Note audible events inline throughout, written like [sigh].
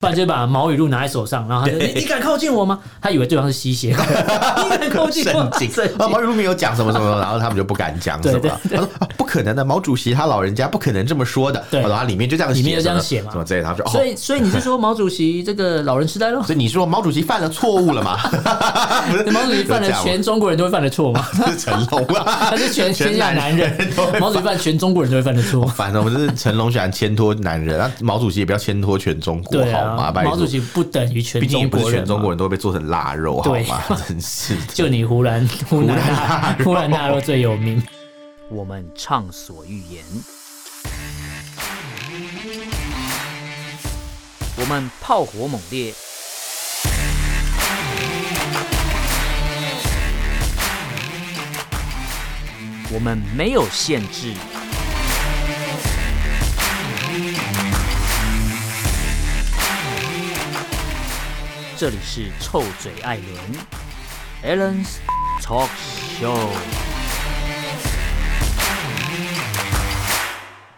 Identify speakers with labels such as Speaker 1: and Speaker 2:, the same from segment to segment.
Speaker 1: 不然就把毛雨露拿在手上，然后他就你你敢靠近我吗？他以为对方是吸 [laughs] 血鬼，你敢
Speaker 2: [laughs]
Speaker 1: 靠近我
Speaker 2: 圣
Speaker 1: 吗？
Speaker 2: 经
Speaker 1: 圣
Speaker 2: 啊，毛
Speaker 1: 经
Speaker 2: 主席有讲什么什么什么，然后他们就不敢讲什么
Speaker 1: 对
Speaker 2: 了。他说、啊、不可能的，毛主席他老人家不可能这么说的。
Speaker 1: 对
Speaker 2: 然后他里面就这样写，
Speaker 1: 里面就这样写
Speaker 2: 什
Speaker 1: 嘛
Speaker 2: 么什么之类的。他说，
Speaker 1: 所
Speaker 2: 哦，
Speaker 1: 以所以你是说毛主席这个老人痴 [laughs] 呆了？
Speaker 2: 所以你说毛主席犯了错误了 [laughs] 吗？不是
Speaker 1: 毛主席犯了
Speaker 2: 有讲吗
Speaker 1: 全中国人都会犯的错吗？
Speaker 2: 是成龙啊，
Speaker 1: 他是全天下男人
Speaker 2: 都会，
Speaker 1: 毛主席犯全中国人都会犯的错。
Speaker 2: 反正我们是成龙喜欢牵拖男人，那毛主席也不要牵拖全中国
Speaker 1: 对
Speaker 2: 好
Speaker 1: 啊
Speaker 2: 吗？，拜托
Speaker 1: 毛主，席不等于全
Speaker 2: 毕竟
Speaker 1: 中
Speaker 2: 不是
Speaker 1: 国人
Speaker 2: 全
Speaker 1: 嘛，
Speaker 2: 中国人都会被做成腊肉好
Speaker 1: 对
Speaker 2: 吗？真是的。
Speaker 1: 就你湖南湖南
Speaker 2: 湖南
Speaker 1: 大
Speaker 2: 大肉
Speaker 1: 湖南大肉最有名。
Speaker 3: 我们畅所欲言；我们炮火猛烈；我们没有限制。这里是臭嘴艾伦 （Allen's Talk Show）。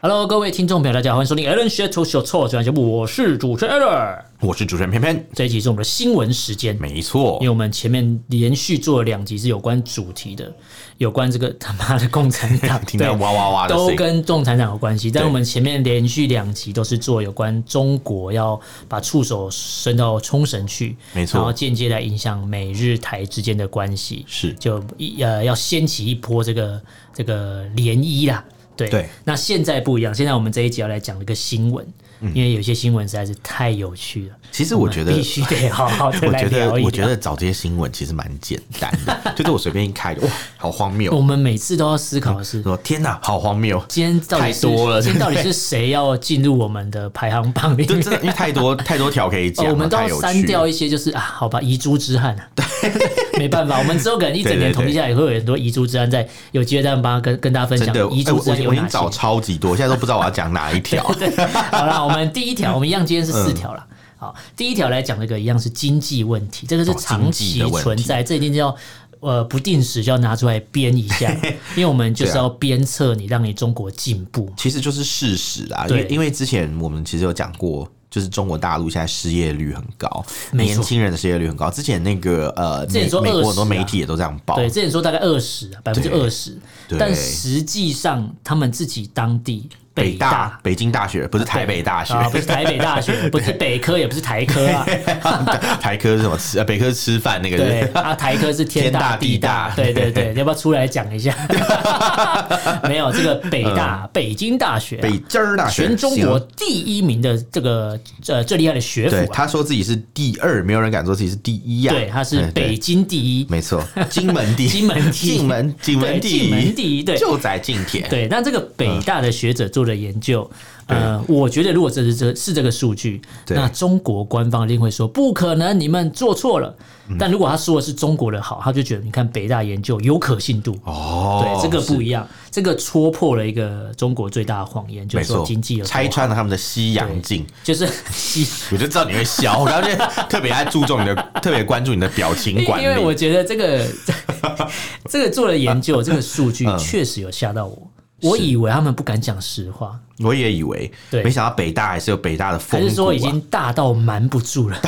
Speaker 1: Hello，各位听众朋友，大家好，欢迎收听 Alan s h a t o Show 错转节目，我是主持人 Alan。
Speaker 2: 我是主持人偏偏，
Speaker 1: 这一集是我们的新闻时间，
Speaker 2: 没错
Speaker 1: 因为，我们前面连续做了两集是有关主题的，有关这个他妈的共产党，
Speaker 2: [laughs] 听到
Speaker 1: 对
Speaker 2: 哇哇哇的
Speaker 1: 都
Speaker 2: 声音。
Speaker 1: 跟共产党有关系，但
Speaker 2: 对
Speaker 1: 我们前面连续两集都是做有关中国要把触手伸到冲绳去，
Speaker 2: 没错
Speaker 1: 然后间接来影响美日台之间的关系，
Speaker 2: 是
Speaker 1: 就一呃要掀起一波这个这个涟漪啦。对，
Speaker 2: 对
Speaker 1: 那现在不一样，现在我们这一集要来讲一个新闻，因为有些新闻实在是太有趣了，
Speaker 2: 其嗯实我觉得
Speaker 1: 必须得好好的
Speaker 2: 我
Speaker 1: 来
Speaker 2: 觉
Speaker 1: 聊一啊
Speaker 2: 得
Speaker 1: 聊。
Speaker 2: 我觉得找这些新闻其实蛮简单的， [laughs] 就是我随便一开就哇，好荒
Speaker 1: 我
Speaker 2: 谬！
Speaker 1: 们每次都要思考的是，
Speaker 2: 说天哪，好荒谬！
Speaker 1: 今天到底
Speaker 2: 嗯太
Speaker 1: 是
Speaker 2: 多了
Speaker 1: 今天到底
Speaker 2: 对不
Speaker 1: 是谁要进入我们的排行榜里
Speaker 2: 真
Speaker 1: 面？
Speaker 2: 真的因为太多 [laughs] 太多条可以
Speaker 1: 哦，
Speaker 2: 讲了，
Speaker 1: 我们都
Speaker 2: 太
Speaker 1: 要
Speaker 2: 有
Speaker 1: 删
Speaker 2: 趣
Speaker 1: 掉
Speaker 2: 了。
Speaker 1: 一些，就是啊，好吧，遗珠之憾啊，没办法，我们之后可能一整
Speaker 2: 对
Speaker 1: 年
Speaker 2: 对
Speaker 1: 统计下来，也会有很多遗珠之憾，在有机会再帮跟跟大家分
Speaker 2: 真
Speaker 1: 享
Speaker 2: 的，
Speaker 1: 遗
Speaker 2: 哎
Speaker 1: 珠
Speaker 2: 我
Speaker 1: 之
Speaker 2: 我
Speaker 1: 憾
Speaker 2: 已
Speaker 1: 有
Speaker 2: 经
Speaker 1: 哪些
Speaker 2: 找。超级多，现在都不知道我要讲哪一
Speaker 1: [laughs]
Speaker 2: 条。
Speaker 1: 好啦，我们第一条，我们一样今天是四条
Speaker 2: 嗯
Speaker 1: 啦。好，第一条来讲这个一样是经济问题，这个是
Speaker 2: 哦
Speaker 1: 长
Speaker 2: 经济
Speaker 1: 期
Speaker 2: 的问题
Speaker 1: 存在，这一定要呃不定时就要拿出来编一
Speaker 2: [laughs]
Speaker 1: 下，因为我们就是
Speaker 2: 对啊
Speaker 1: 要鞭策你，让你中国进步嘛。
Speaker 2: 其实就是事实啦，因
Speaker 1: 对
Speaker 2: 为因为之前我们其实有讲过，就是中国大陆现在失业率很高，
Speaker 1: 没错
Speaker 2: 年轻人的失业率很高。之前那个呃，
Speaker 1: 前
Speaker 2: 美
Speaker 1: 说
Speaker 2: 美国
Speaker 1: 20
Speaker 2: 很多媒体也都这样报，
Speaker 1: 对，之前说大概二十，啊百分之二十，
Speaker 2: 哦对
Speaker 1: 但实际上他们自己当地
Speaker 2: 北
Speaker 1: 大
Speaker 2: 北京大学不是台北大学，
Speaker 1: 啊，不
Speaker 2: [laughs]
Speaker 1: 是台北大学，不是北科，也不是台科啊，
Speaker 2: 台科是什么吃？呃，北科是吃饭那个
Speaker 1: 对
Speaker 2: 是
Speaker 1: 啊，台科是天大地大，
Speaker 2: 天大
Speaker 1: 对
Speaker 2: 地大
Speaker 1: 对对，你要不要出来讲一
Speaker 2: [laughs]
Speaker 1: 下？没有，这个北大，北京大学啊，
Speaker 2: 嗯 [laughs] 北京儿大学，
Speaker 1: 全中国啊
Speaker 2: 行。
Speaker 1: 第一名的这个呃最厉害的学
Speaker 2: 对，
Speaker 1: 府啊，
Speaker 2: 他说自己是第二，没有人敢说自己是第一呀。
Speaker 1: 对，它是
Speaker 2: 哎对
Speaker 1: 北京第一，[laughs]
Speaker 2: 没错，金门第一，
Speaker 1: 金门第一
Speaker 2: 金门，金
Speaker 1: 对
Speaker 2: 门第一，
Speaker 1: 金门第一对
Speaker 2: 就在近铁。
Speaker 1: 对，那这个北大的学者做的研究，呃，我觉得如果这是这是这个数据，
Speaker 2: 嗯对
Speaker 1: 那中国官方一定会说不可能，你们做错了。
Speaker 2: 嗯
Speaker 1: 但如果他说的是中国的好，他就觉得你看北大研究有可信度。
Speaker 2: 哦，
Speaker 1: 对，这个
Speaker 2: 是
Speaker 1: 不一样，这个戳破了一个中国最大的谎言，就
Speaker 2: 没
Speaker 1: 是说
Speaker 2: 错
Speaker 1: 经济有，多
Speaker 2: 拆
Speaker 1: 好，
Speaker 2: 穿了他们的西洋
Speaker 1: 对
Speaker 2: 镜。
Speaker 1: 就是
Speaker 2: 我就知道你会
Speaker 1: [laughs]
Speaker 2: 笑，我刚刚就特别爱注重你的，特别关注你的表情
Speaker 1: 因
Speaker 2: [laughs] 管
Speaker 1: 为因为我
Speaker 2: 理。
Speaker 1: 觉得这个 [laughs] 这个做了研究，这个数
Speaker 2: 嗯
Speaker 1: 据确实有吓到我，我以为他们不敢讲实话。
Speaker 2: 我也以为，
Speaker 1: 对
Speaker 2: 没想到北大还是有北大的风
Speaker 1: 还
Speaker 2: 骨、啊，
Speaker 1: 是说已
Speaker 2: [laughs]
Speaker 1: 经大到瞒不住了，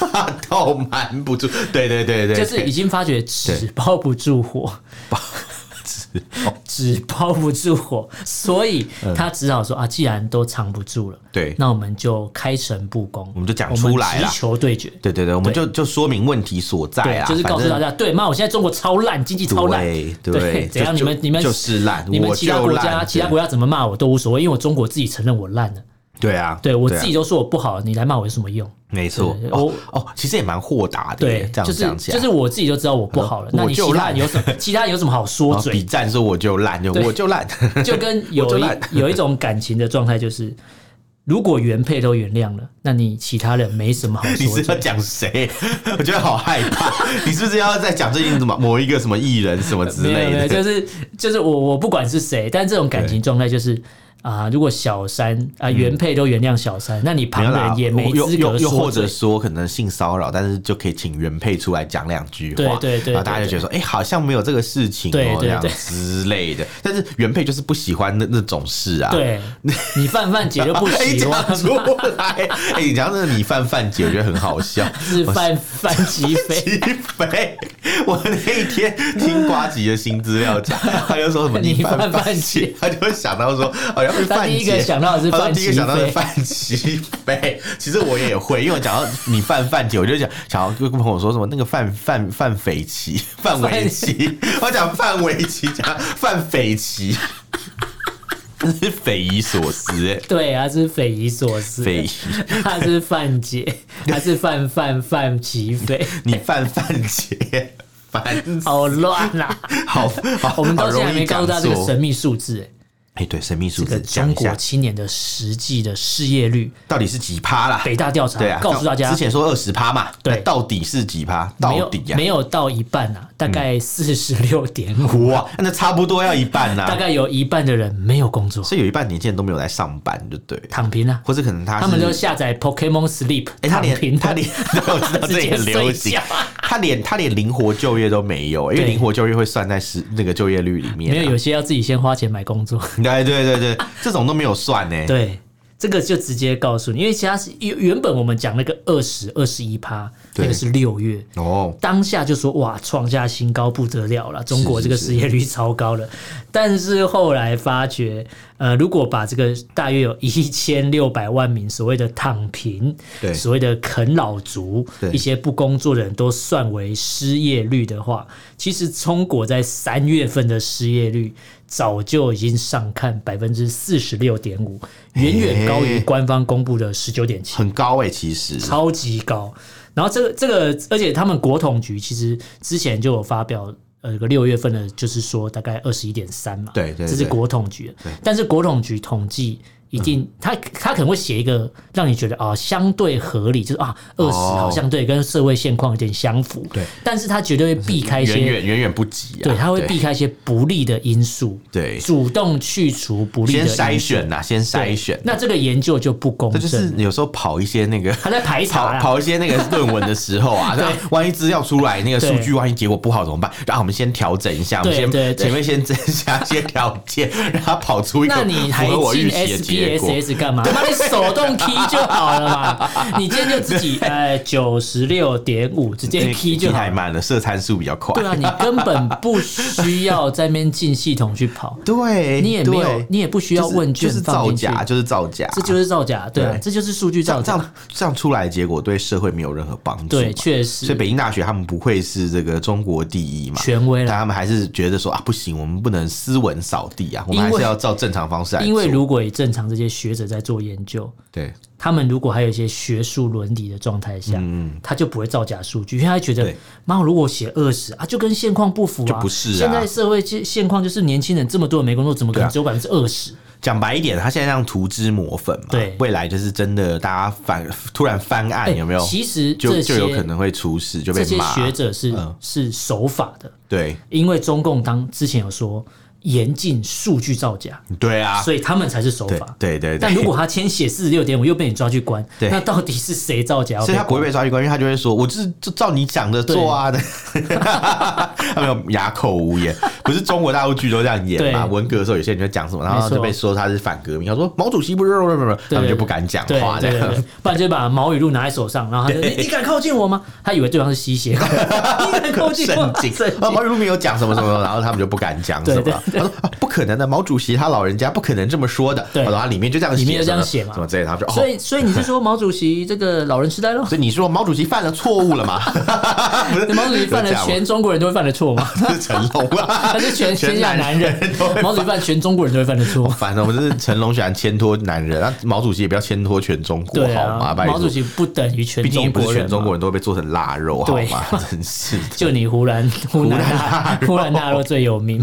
Speaker 2: 大到瞒不住？对对对对，
Speaker 1: 就是已经发觉纸包不住火，
Speaker 2: [laughs]
Speaker 1: 纸包不住火，所以他只好说啊，既然都藏不住了，
Speaker 2: 嗯对
Speaker 1: 那我们就开诚布公，
Speaker 2: 我们就讲出来
Speaker 1: 我
Speaker 2: 啦
Speaker 1: 们直球对决，
Speaker 2: 对对对，我们就就说明问题所在
Speaker 1: 对
Speaker 2: 啊，，
Speaker 1: 就是告诉大
Speaker 2: 反正。
Speaker 1: 家，对，妈，我现在中国超烂，经济超烂
Speaker 2: 对，
Speaker 1: 对，
Speaker 2: 对，
Speaker 1: 怎样？你
Speaker 2: 就
Speaker 1: 们
Speaker 2: 就
Speaker 1: 你们
Speaker 2: 就是烂，
Speaker 1: 你们
Speaker 2: 我
Speaker 1: 其他
Speaker 2: 就
Speaker 1: 国
Speaker 2: 烂
Speaker 1: 家其他国家怎么骂我都无所谓，因为我中国自己承认我烂了，
Speaker 2: 对啊，
Speaker 1: 对我
Speaker 2: 啊
Speaker 1: 自己都说我不好，你来骂我有什么用？
Speaker 2: 没错
Speaker 1: 对。
Speaker 2: 哦
Speaker 1: 我
Speaker 2: 哦，其实也蛮豁达的耶，
Speaker 1: 对，
Speaker 2: 这样
Speaker 1: 就是
Speaker 2: 讲起来，
Speaker 1: 就是我自己都知道我不好了，那你
Speaker 2: 我就
Speaker 1: 其他
Speaker 2: 烂
Speaker 1: 人有什么其他人有什么好说
Speaker 2: 然后哦比
Speaker 1: 嘴？
Speaker 2: 战说我就烂，就
Speaker 1: 对
Speaker 2: 我就烂， [laughs]
Speaker 1: 就跟有
Speaker 2: 我就
Speaker 1: 一
Speaker 2: 烂
Speaker 1: 有一种感情的状态就是。如果原配都原谅了，那你其他人没什么好
Speaker 2: [laughs] 你
Speaker 1: 说
Speaker 2: 是要
Speaker 1: 嘴。
Speaker 2: 讲谁？ [laughs] 我觉得好害怕。 [laughs] 你是不是要在讲最近什么某一个什么艺人什么之
Speaker 1: 没有没
Speaker 2: 类
Speaker 1: 有，
Speaker 2: 的？
Speaker 1: 就是就是我我不管是谁，但这种感情状态就是
Speaker 2: 嗯
Speaker 1: 啊，如果小三啊原配都原谅小三，那你旁人也没
Speaker 2: 又
Speaker 1: 资
Speaker 2: 又
Speaker 1: 格
Speaker 2: 又
Speaker 1: 说
Speaker 2: 或
Speaker 1: 嘴
Speaker 2: 者。说可能性骚扰，但是就可以请原配出来讲两句话，
Speaker 1: 对对对
Speaker 2: 然后大家就觉得说，哎、好像没有这个事情
Speaker 1: 对
Speaker 2: 哦、
Speaker 1: 对
Speaker 2: 这样
Speaker 1: 对
Speaker 2: 之类的。但是原配就是不喜欢那那种事啊，
Speaker 1: 对，你范范姐就不
Speaker 2: [laughs] 哎，
Speaker 1: 喜
Speaker 2: 讲
Speaker 1: 欢，
Speaker 2: 出来，哎、你讲那个你范范姐，我觉得很好笑。
Speaker 1: [laughs] 是
Speaker 2: [laughs]
Speaker 1: 范范吉飞。
Speaker 2: 鸡飞，我那一天听瓜吉的新资料讲，他就说什么
Speaker 1: 你
Speaker 2: 你范
Speaker 1: 范
Speaker 2: 范
Speaker 1: 范
Speaker 2: 姐
Speaker 1: 姐，
Speaker 2: [laughs] 他就会想到说，哦好像是
Speaker 1: 他
Speaker 2: 范
Speaker 1: 第一个
Speaker 2: 姐
Speaker 1: 想到的是
Speaker 2: 他说
Speaker 1: 范
Speaker 2: 第一个
Speaker 1: 琪
Speaker 2: 想到是
Speaker 1: 飞
Speaker 2: 范琪飞。 [laughs] 其实我也会，因为我讲到你范范姐，我就讲想要跟朋友说什么那个范范范
Speaker 1: [laughs]
Speaker 2: 斐奇、范玮琪，我讲范玮琪，讲范斐奇，
Speaker 1: [laughs]
Speaker 2: 真是匪夷所思、欸。
Speaker 1: 对，他是匪夷所思，
Speaker 2: 匪夷
Speaker 1: 他是范姐，他是范范范吉
Speaker 2: [laughs]
Speaker 1: 飞，
Speaker 2: 你范范姐， [laughs] 烦死
Speaker 1: [laughs] 好乱啊！
Speaker 2: 好，好
Speaker 1: [laughs] 我们到现在
Speaker 2: 好
Speaker 1: 还
Speaker 2: 容易
Speaker 1: 没告诉大家
Speaker 2: 讲
Speaker 1: 这个
Speaker 2: 错
Speaker 1: 神秘数字、哎
Speaker 2: 哎、对，神秘数
Speaker 1: 这
Speaker 2: 字
Speaker 1: 个
Speaker 2: 讲
Speaker 1: 中
Speaker 2: 一
Speaker 1: 国
Speaker 2: 下，
Speaker 1: 青年的实际的失业率，
Speaker 2: 到底是几趴啦？
Speaker 1: 北大调查
Speaker 2: 对啊，
Speaker 1: 告诉大家
Speaker 2: 之，前说二十趴嘛，
Speaker 1: 对
Speaker 2: 那到底是几趴？
Speaker 1: 没
Speaker 2: 到
Speaker 1: 有
Speaker 2: 底呀、啊嗯
Speaker 1: 没有到一半啊，大概四十六点
Speaker 2: [laughs]
Speaker 1: 五，
Speaker 2: 哇，那差不多要一半啦、
Speaker 1: 大概有一半的人没有工作，
Speaker 2: 所以有一半年轻人都没有来上班，就对，
Speaker 1: 躺平
Speaker 2: [laughs]
Speaker 1: 了、
Speaker 2: 或者可能他
Speaker 1: 他们
Speaker 2: 啊是
Speaker 1: 都下载 Pokemon Sleep，、
Speaker 2: 哎、他
Speaker 1: 躺平啊的
Speaker 2: 连他连，我知道这也很流
Speaker 1: 直接睡
Speaker 2: 行
Speaker 1: 觉，
Speaker 2: 他连他连灵活就业都没有，因
Speaker 1: 对
Speaker 2: 为灵活就业会算在是那个就业率里面、
Speaker 1: [laughs]
Speaker 2: 啊，哎
Speaker 1: 没有有些要自己先花钱买工作。
Speaker 2: 对对对对，这种都没有算呢、
Speaker 1: [laughs] 对，这个就直接告诉你，因为其他是原原本我们讲那个二十二十一趴，那
Speaker 2: 对
Speaker 1: 个是六月。
Speaker 2: 哦，
Speaker 1: 当下就说哇，创下新高不得了了，中国这个失业率超高了。但是后来发觉，呃，如果把这个大约有一千六百万名所谓的躺平、
Speaker 2: 对
Speaker 1: 所谓的啃老族、
Speaker 2: 对
Speaker 1: 一些不工作的人都算为失业率的话，其实中国在三月份的失业率早就已经上看百分之四十六点五，远远高于
Speaker 2: 嘿
Speaker 1: 官方公布的十九点七。
Speaker 2: 很高哎、其实
Speaker 1: 超级高。然后这个这个，而且他们国统局其实之前就有发表。呃，这个六月份的，就是说大概二十一点三嘛，
Speaker 2: 对对对
Speaker 1: 这是国统局的。但是国统局统计一
Speaker 2: 嗯
Speaker 1: 定，他他可能会写一个让你觉得啊、相对合理，就是啊二十
Speaker 2: 哦
Speaker 1: 好像对跟社会现况有点相符，
Speaker 2: 对。
Speaker 1: 但是他绝对会避开一
Speaker 2: 远
Speaker 1: 些，
Speaker 2: 远远远不及啊，
Speaker 1: 对，他会避开一些不利的因素，
Speaker 2: 对
Speaker 1: 主动去除不利的
Speaker 2: 先
Speaker 1: 因素
Speaker 2: 筛选呐，先筛
Speaker 1: 对
Speaker 2: 选。
Speaker 1: 那这个研究就不公
Speaker 2: 那
Speaker 1: 正，
Speaker 2: 就是有时候跑一些
Speaker 1: [laughs]
Speaker 2: 那个
Speaker 1: 他在排查
Speaker 2: 跑
Speaker 1: 啦
Speaker 2: 跑一些那个论文的时
Speaker 1: [laughs]
Speaker 2: 候啊，那万一资料出来那个数据，
Speaker 1: 对
Speaker 2: 万一结果不好怎么办？然后我们先调整一下，我们
Speaker 1: 对
Speaker 2: 先
Speaker 1: 对对
Speaker 2: 前面先增加一些条 [laughs] 件，让它跑出一个
Speaker 1: 那你还
Speaker 2: 符合我
Speaker 1: 进
Speaker 2: 预期的结果。
Speaker 1: SPSS 干嘛？他妈你手
Speaker 2: [laughs]
Speaker 1: 动 key 就好了嘛！你今天就自己呃九十六点五直
Speaker 2: 因
Speaker 1: 接
Speaker 2: 为
Speaker 1: key 就好
Speaker 2: 太
Speaker 1: 了。
Speaker 2: 慢了，设参数比较快。
Speaker 1: 对啊，你根本不需要在那边进系统去跑，
Speaker 2: 对，
Speaker 1: 你也没有
Speaker 2: 对，
Speaker 1: 你也不需要
Speaker 2: 就是
Speaker 1: 问卷
Speaker 2: 就是
Speaker 1: 放
Speaker 2: 造
Speaker 1: 进去
Speaker 2: 假，就是造假，
Speaker 1: 这就是造假。对啊，
Speaker 2: 对
Speaker 1: 这就是数据
Speaker 2: 这
Speaker 1: 造
Speaker 2: 样这
Speaker 1: 假。
Speaker 2: 样这样出来的结果对社会没有任何帮助嘛。
Speaker 1: 对，确
Speaker 2: 所
Speaker 1: 实
Speaker 2: 以北京大学他们不愧是这个中国第一嘛，
Speaker 1: 权威
Speaker 2: 但
Speaker 1: 了。
Speaker 2: 他们还是觉得说啊，不行，我们不能斯文扫地啊，我们还
Speaker 1: 因为
Speaker 2: 是要照正常方式来做。
Speaker 1: 因为如果以正常这些学者在做研究，
Speaker 2: 对
Speaker 1: 他们如果还有一些学术伦理的状态下，他就不会造假数据，因为他觉得
Speaker 2: 嗯对，
Speaker 1: 妈，如果我写二十啊，就跟现况不符啊，
Speaker 2: 就不是啊
Speaker 1: 现在社会现现况就是年轻人这么多人没工作，怎么可能
Speaker 2: 对啊
Speaker 1: 只有百分之二十？
Speaker 2: 讲白一点，他现在让涂脂抹粉嘛，
Speaker 1: 对
Speaker 2: 未来就是真的，大家反突然翻案
Speaker 1: 哎
Speaker 2: 有没有？
Speaker 1: 其实
Speaker 2: 就
Speaker 1: 这
Speaker 2: 就有可
Speaker 1: 些
Speaker 2: 能会出事，就
Speaker 1: 这
Speaker 2: 被
Speaker 1: 些
Speaker 2: 骂。
Speaker 1: 学者是、
Speaker 2: 嗯
Speaker 1: 是守法的，
Speaker 2: 对
Speaker 1: 因为中共当之前有说严禁数据造假，
Speaker 2: 对啊，
Speaker 1: 所以他们才是守
Speaker 2: 对
Speaker 1: 法。
Speaker 2: 对对对。
Speaker 1: 但如果他先写四十六点五，又被你抓去关，
Speaker 2: 对
Speaker 1: 那到底是谁造假？
Speaker 2: 所以他不会被抓去关，因为他就会说：“我就是就照你讲的做啊的。” [laughs] 他没有哑口无言，不是中国大陆剧都这样演嘛？
Speaker 1: 对
Speaker 2: 文革的时候，有些人就讲什么，然
Speaker 1: 没
Speaker 2: 后
Speaker 1: 错
Speaker 2: 就被说他是反革命，他说毛主席不是 [laughs] 不是不是，
Speaker 1: 对
Speaker 2: 他们就不敢讲
Speaker 1: 对
Speaker 2: 话这
Speaker 1: 对对
Speaker 2: 样
Speaker 1: 对。，不然就把毛语录拿在手上，
Speaker 2: [laughs]
Speaker 1: 然后他就你你敢靠近我吗？他以为对方是吸血鬼，你敢靠近我
Speaker 2: 圣
Speaker 1: 吗？
Speaker 2: 经
Speaker 1: 神
Speaker 2: 啊，
Speaker 1: 经
Speaker 2: 毛主席没有讲什么什么，然 [laughs] 后他们就不敢讲什
Speaker 1: 对
Speaker 2: 么。
Speaker 1: 对
Speaker 2: 他说、啊、不可能的，毛主席他老人家不可能这么说的。
Speaker 1: 对
Speaker 2: 然后他里面就这样写，
Speaker 1: 里面就这样写嘛
Speaker 2: 什么之类的。他们就
Speaker 1: 所
Speaker 2: 哦，
Speaker 1: 以所以你是说毛主席这个老人痴
Speaker 2: [laughs]
Speaker 1: 呆了？
Speaker 2: 所以你说毛主席犯了错误了吗？ [laughs] 不是
Speaker 1: 毛主席犯了全中国人都会犯的错吗？
Speaker 2: [laughs] 是成龙啊，
Speaker 1: 他是全天下男人
Speaker 2: 都会，
Speaker 1: 毛主席犯全中国人都会犯的
Speaker 2: [laughs]
Speaker 1: 错。
Speaker 2: 烦了，我们是成龙喜欢牵拖男人，那毛主席也不要牵拖全中国
Speaker 1: 对
Speaker 2: 好
Speaker 1: 啊
Speaker 2: 吗？，拜托
Speaker 1: 毛主，席不等于全
Speaker 2: 毕竟也
Speaker 1: 中
Speaker 2: 不是
Speaker 1: 国人
Speaker 2: 全
Speaker 1: 嘛，
Speaker 2: 中国人都会被做成腊肉好
Speaker 1: 对
Speaker 2: 吗？
Speaker 1: [laughs]
Speaker 2: 真是的，
Speaker 1: 就你湖南湖南大湖南大陆最有名。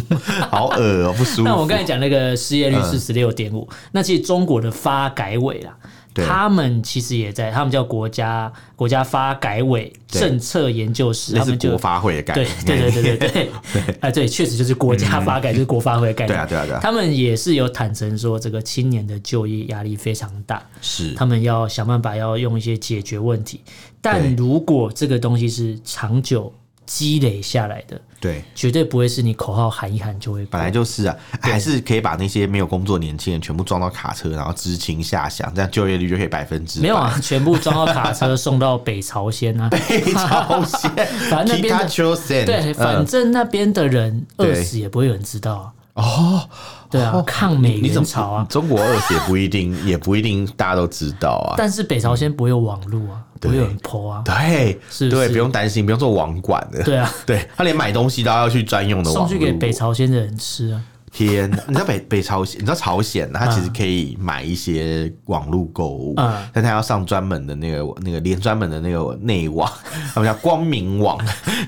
Speaker 2: 好恶哦，不舒服。嗯
Speaker 1: 那我刚才讲那个失业率四十六点五，那其实中国的发改委啦，
Speaker 2: 对
Speaker 1: 他们其实也在，他们叫国家国家发改委
Speaker 2: 对
Speaker 1: 政策研究室，
Speaker 2: 那
Speaker 1: 他
Speaker 2: 是
Speaker 1: 们就
Speaker 2: 国发会的概
Speaker 1: 对
Speaker 2: 念，
Speaker 1: 对对对对对，
Speaker 2: [laughs]
Speaker 1: 啊对， [laughs] 确实就是国家发改，就是国发会的概念。
Speaker 2: 嗯对啊对啊对啊
Speaker 1: 他们也是有坦诚说，这个青年的就业压力非常大，
Speaker 2: 是
Speaker 1: 他们要想办法要用一些解决问题。但
Speaker 2: 对
Speaker 1: 如果这个东西是长久积累下来的，
Speaker 2: 对，
Speaker 1: 绝对不会是你口号喊一喊就会过。
Speaker 2: 本来就是啊，还是可以把那些没有工作年轻人全部装到卡车，然后知青下乡，这样就业率就可以百分之百
Speaker 1: 没有
Speaker 2: [laughs]
Speaker 1: 啊，全部装到卡车送到北朝鲜啊。，
Speaker 2: 被朝鲜
Speaker 1: 反正那边的
Speaker 2: Pikachu Sen，
Speaker 1: 对，反
Speaker 2: 嗯
Speaker 1: 正那边的人
Speaker 2: 对
Speaker 1: 饿死也不会有人知道啊。
Speaker 2: 哦，
Speaker 1: 对啊，抗美
Speaker 2: 你怎
Speaker 1: 援
Speaker 2: 么
Speaker 1: 朝啊。
Speaker 2: 中国饿死也不一定，也不一定大家都知道啊。
Speaker 1: 但是北朝鲜不会有网络啊，不会有人 PO 啊。
Speaker 2: 对，
Speaker 1: 是不
Speaker 2: 对，
Speaker 1: 是
Speaker 2: 不用担心，不用做网管的。
Speaker 1: 对啊，
Speaker 2: [laughs] 对他连买东西都要去专用的网
Speaker 1: 送
Speaker 2: 路
Speaker 1: 去给北朝鲜的人吃啊。
Speaker 2: 天，你知道北 [laughs] 北朝鲜，你知道朝鲜，它其实可以买一些网络购物，
Speaker 1: 嗯
Speaker 2: 但它要上专门的那个那个连专门的那个内网， [laughs] 他们叫光明网，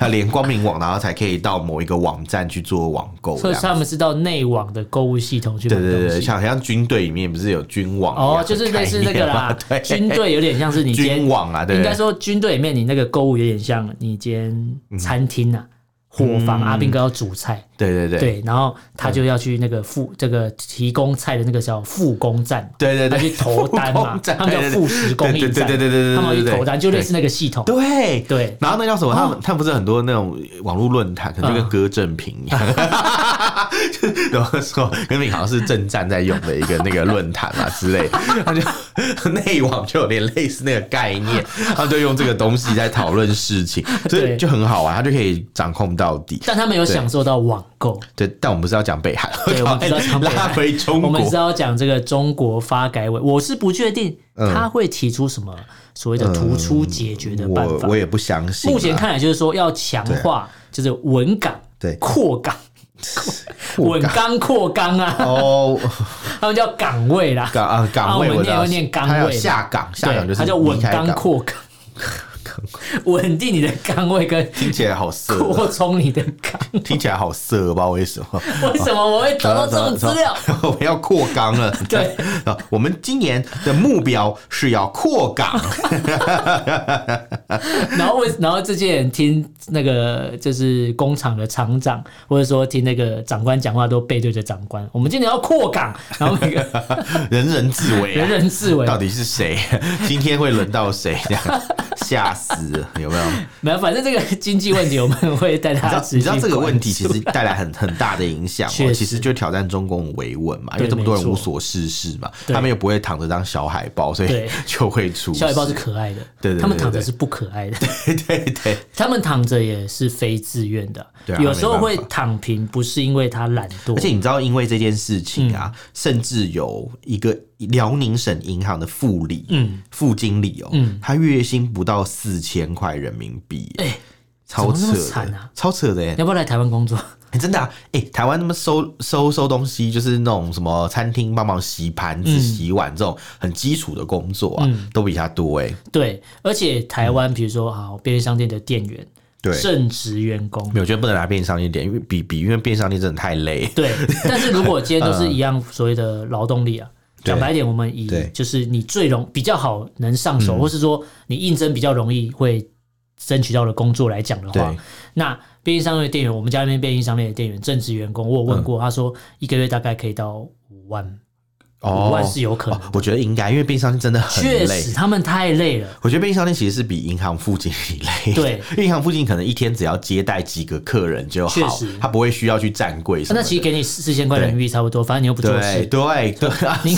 Speaker 2: 要连光明网，然后才可以到某一个网站去做网购。这
Speaker 1: 所以
Speaker 2: 样
Speaker 1: 他们是到内网的购物系统去买
Speaker 2: 对对
Speaker 1: 东
Speaker 2: 对，
Speaker 1: 西。
Speaker 2: 像像军队里面不是有军网一
Speaker 1: 哦，
Speaker 2: 样
Speaker 1: 就是
Speaker 2: 的
Speaker 1: 类似这
Speaker 2: 概
Speaker 1: 个
Speaker 2: 念吗
Speaker 1: 啦
Speaker 2: 对，，
Speaker 1: 军队有点像是你今天
Speaker 2: 军网啊，对，
Speaker 1: 应该说军队里面你那个购物有点像你间餐厅
Speaker 2: 嗯
Speaker 1: 啊，伙房阿兵哥要煮菜，
Speaker 2: 对对对
Speaker 1: 对，然后他就要去那个副这个提供菜的那个叫复工站嘛，
Speaker 2: 对对
Speaker 1: 他
Speaker 2: 对，
Speaker 1: 去投单
Speaker 2: 复
Speaker 1: 嘛
Speaker 2: 工，站
Speaker 1: 他们叫副食供应站，
Speaker 2: 对对对对对对对对
Speaker 1: 他们要去投单就类似那个系统，
Speaker 2: 对
Speaker 1: 对哦
Speaker 2: 然后那叫什么？他们他们不是很多那种网络论坛，可能就跟歌正平
Speaker 1: [laughs]
Speaker 2: 一样，然后说歌平好像是正战在用的一个那个论坛啊之类，他就内网就有点类似那个概念，他们就用这个东西在讨论事
Speaker 1: [laughs]
Speaker 2: 情，所以
Speaker 1: 对
Speaker 2: 就很好玩，他就可以掌控到底。
Speaker 1: 但他们有享受到网购，
Speaker 2: 对，但我们不是要讲北韩，
Speaker 1: 对我们不是要讲北韩
Speaker 2: 拉回中
Speaker 1: 我
Speaker 2: 国
Speaker 1: 们是要讲这个中国发改委，我是不确定
Speaker 2: 嗯
Speaker 1: 他会提出什么所谓的突出解决的办
Speaker 2: 我
Speaker 1: 法
Speaker 2: 我。也不相信啊。
Speaker 1: 目前看来就是说要强化，就是文港
Speaker 2: 对
Speaker 1: 扩港。稳纲扩纲啊，
Speaker 2: 哦，
Speaker 1: 他们叫岗位啦，
Speaker 2: 岗啊岗位
Speaker 1: 啊我们
Speaker 2: 我知
Speaker 1: 念
Speaker 2: 道，
Speaker 1: 会念岗
Speaker 2: 它有
Speaker 1: 位嘛
Speaker 2: 下岗，下岗
Speaker 1: 对，
Speaker 2: 就是
Speaker 1: 它叫
Speaker 2: 离
Speaker 1: 稳
Speaker 2: 开
Speaker 1: 纲
Speaker 2: 岗，
Speaker 1: 扩岗， [laughs] 稳定你的岗位跟
Speaker 2: 听起来好色哦，
Speaker 1: 扩充你的岗。
Speaker 2: 听起来好色，不知道为什么。 [laughs]
Speaker 1: 为什么我会找到
Speaker 2: 啊
Speaker 1: 这种资料？
Speaker 2: 我们要扩岗了。
Speaker 1: 对
Speaker 2: [laughs] 啊，我们今年的目标是要扩岗。啊
Speaker 1: 然后为然后这些人听那个就是工厂的厂长，或者说听那个长官讲话都背对着长官。我们今年要扩岗，然后每个
Speaker 2: 人人自危、啊，
Speaker 1: 人人自危
Speaker 2: 到底是谁？ [laughs] 今天会轮到谁？这样吓死了，有没有？
Speaker 1: 没有，反正这个经济问题我们会带
Speaker 2: 你
Speaker 1: 大家
Speaker 2: 知道
Speaker 1: 持续
Speaker 2: 你知道这个
Speaker 1: 关
Speaker 2: 问题
Speaker 1: 注
Speaker 2: 其实带来很很大的影
Speaker 1: [laughs]
Speaker 2: 响、
Speaker 1: 确
Speaker 2: 哦，
Speaker 1: 实
Speaker 2: 其实就挑战中共维稳嘛，因为
Speaker 1: 对
Speaker 2: 这么多人
Speaker 1: 没错
Speaker 2: 无所事事嘛，
Speaker 1: 对
Speaker 2: 他们又不会躺着当小海豹，所以
Speaker 1: 对
Speaker 2: 就会出事。 [laughs]
Speaker 1: 小尾巴是可爱的，
Speaker 2: 对对对
Speaker 1: 他们躺着
Speaker 2: 对
Speaker 1: 是不可爱的，
Speaker 2: 对对对，
Speaker 1: 他们躺着也是非自愿的，
Speaker 2: 对啊
Speaker 1: 有时候
Speaker 2: 没办法
Speaker 1: 会躺平，不是因为他懒惰，
Speaker 2: 而且你知道，因为这件事情啊，
Speaker 1: 嗯
Speaker 2: 甚至有一个辽宁省银行的副理，
Speaker 1: 嗯
Speaker 2: 副经理哦，
Speaker 1: 嗯
Speaker 2: 他月薪不到四千块人民币，哎、超
Speaker 1: 怎么
Speaker 2: 扯
Speaker 1: 那么
Speaker 2: 的，
Speaker 1: 惨啊
Speaker 2: 超扯的耶、
Speaker 1: 要不要来台湾工作？ [laughs]
Speaker 2: 欸真的啊，哎、台湾那么收收收东西，就是那种什么餐厅帮忙洗盘子、
Speaker 1: 嗯
Speaker 2: 洗碗这种很基础的工作啊，
Speaker 1: 嗯
Speaker 2: 都比他多哎、
Speaker 1: 对，而且台湾比如说好便利商店的店员，
Speaker 2: 嗯对
Speaker 1: 正职员工
Speaker 2: 没。有，我觉得不能拿便利商店点，因为比比因为便利商店真的太累。 [laughs]
Speaker 1: 对，但是如果今天都是一样所谓的劳动力啊，
Speaker 2: 嗯对
Speaker 1: 讲白一点，我们以
Speaker 2: 对嗯
Speaker 1: 就是你最容比较好能上手，或是说你应征比较容易会争取到的工作来讲的话
Speaker 2: 对，
Speaker 1: 那便利商店的店员，我们家那边便利商店的店员正职员工，我有问
Speaker 2: 嗯
Speaker 1: 过，他说一个月大概可以到五万，五万是有可能
Speaker 2: 哦，我觉得应该，因为便利商店真的很
Speaker 1: 确
Speaker 2: 累
Speaker 1: 实。他们太累了。
Speaker 2: 我觉得便利商店其实是比银行附近 [laughs] 累，
Speaker 1: 对，
Speaker 2: 因为银行附近可能一天只要接待几个客人就
Speaker 1: 确
Speaker 2: 好
Speaker 1: 实，
Speaker 2: 他不会需要去站柜什么
Speaker 1: 那
Speaker 2: 的。
Speaker 1: 其实给你四四千块人民币差不多，反正你又不做
Speaker 2: 对
Speaker 1: 事， [laughs]
Speaker 2: 对对啊，
Speaker 1: 你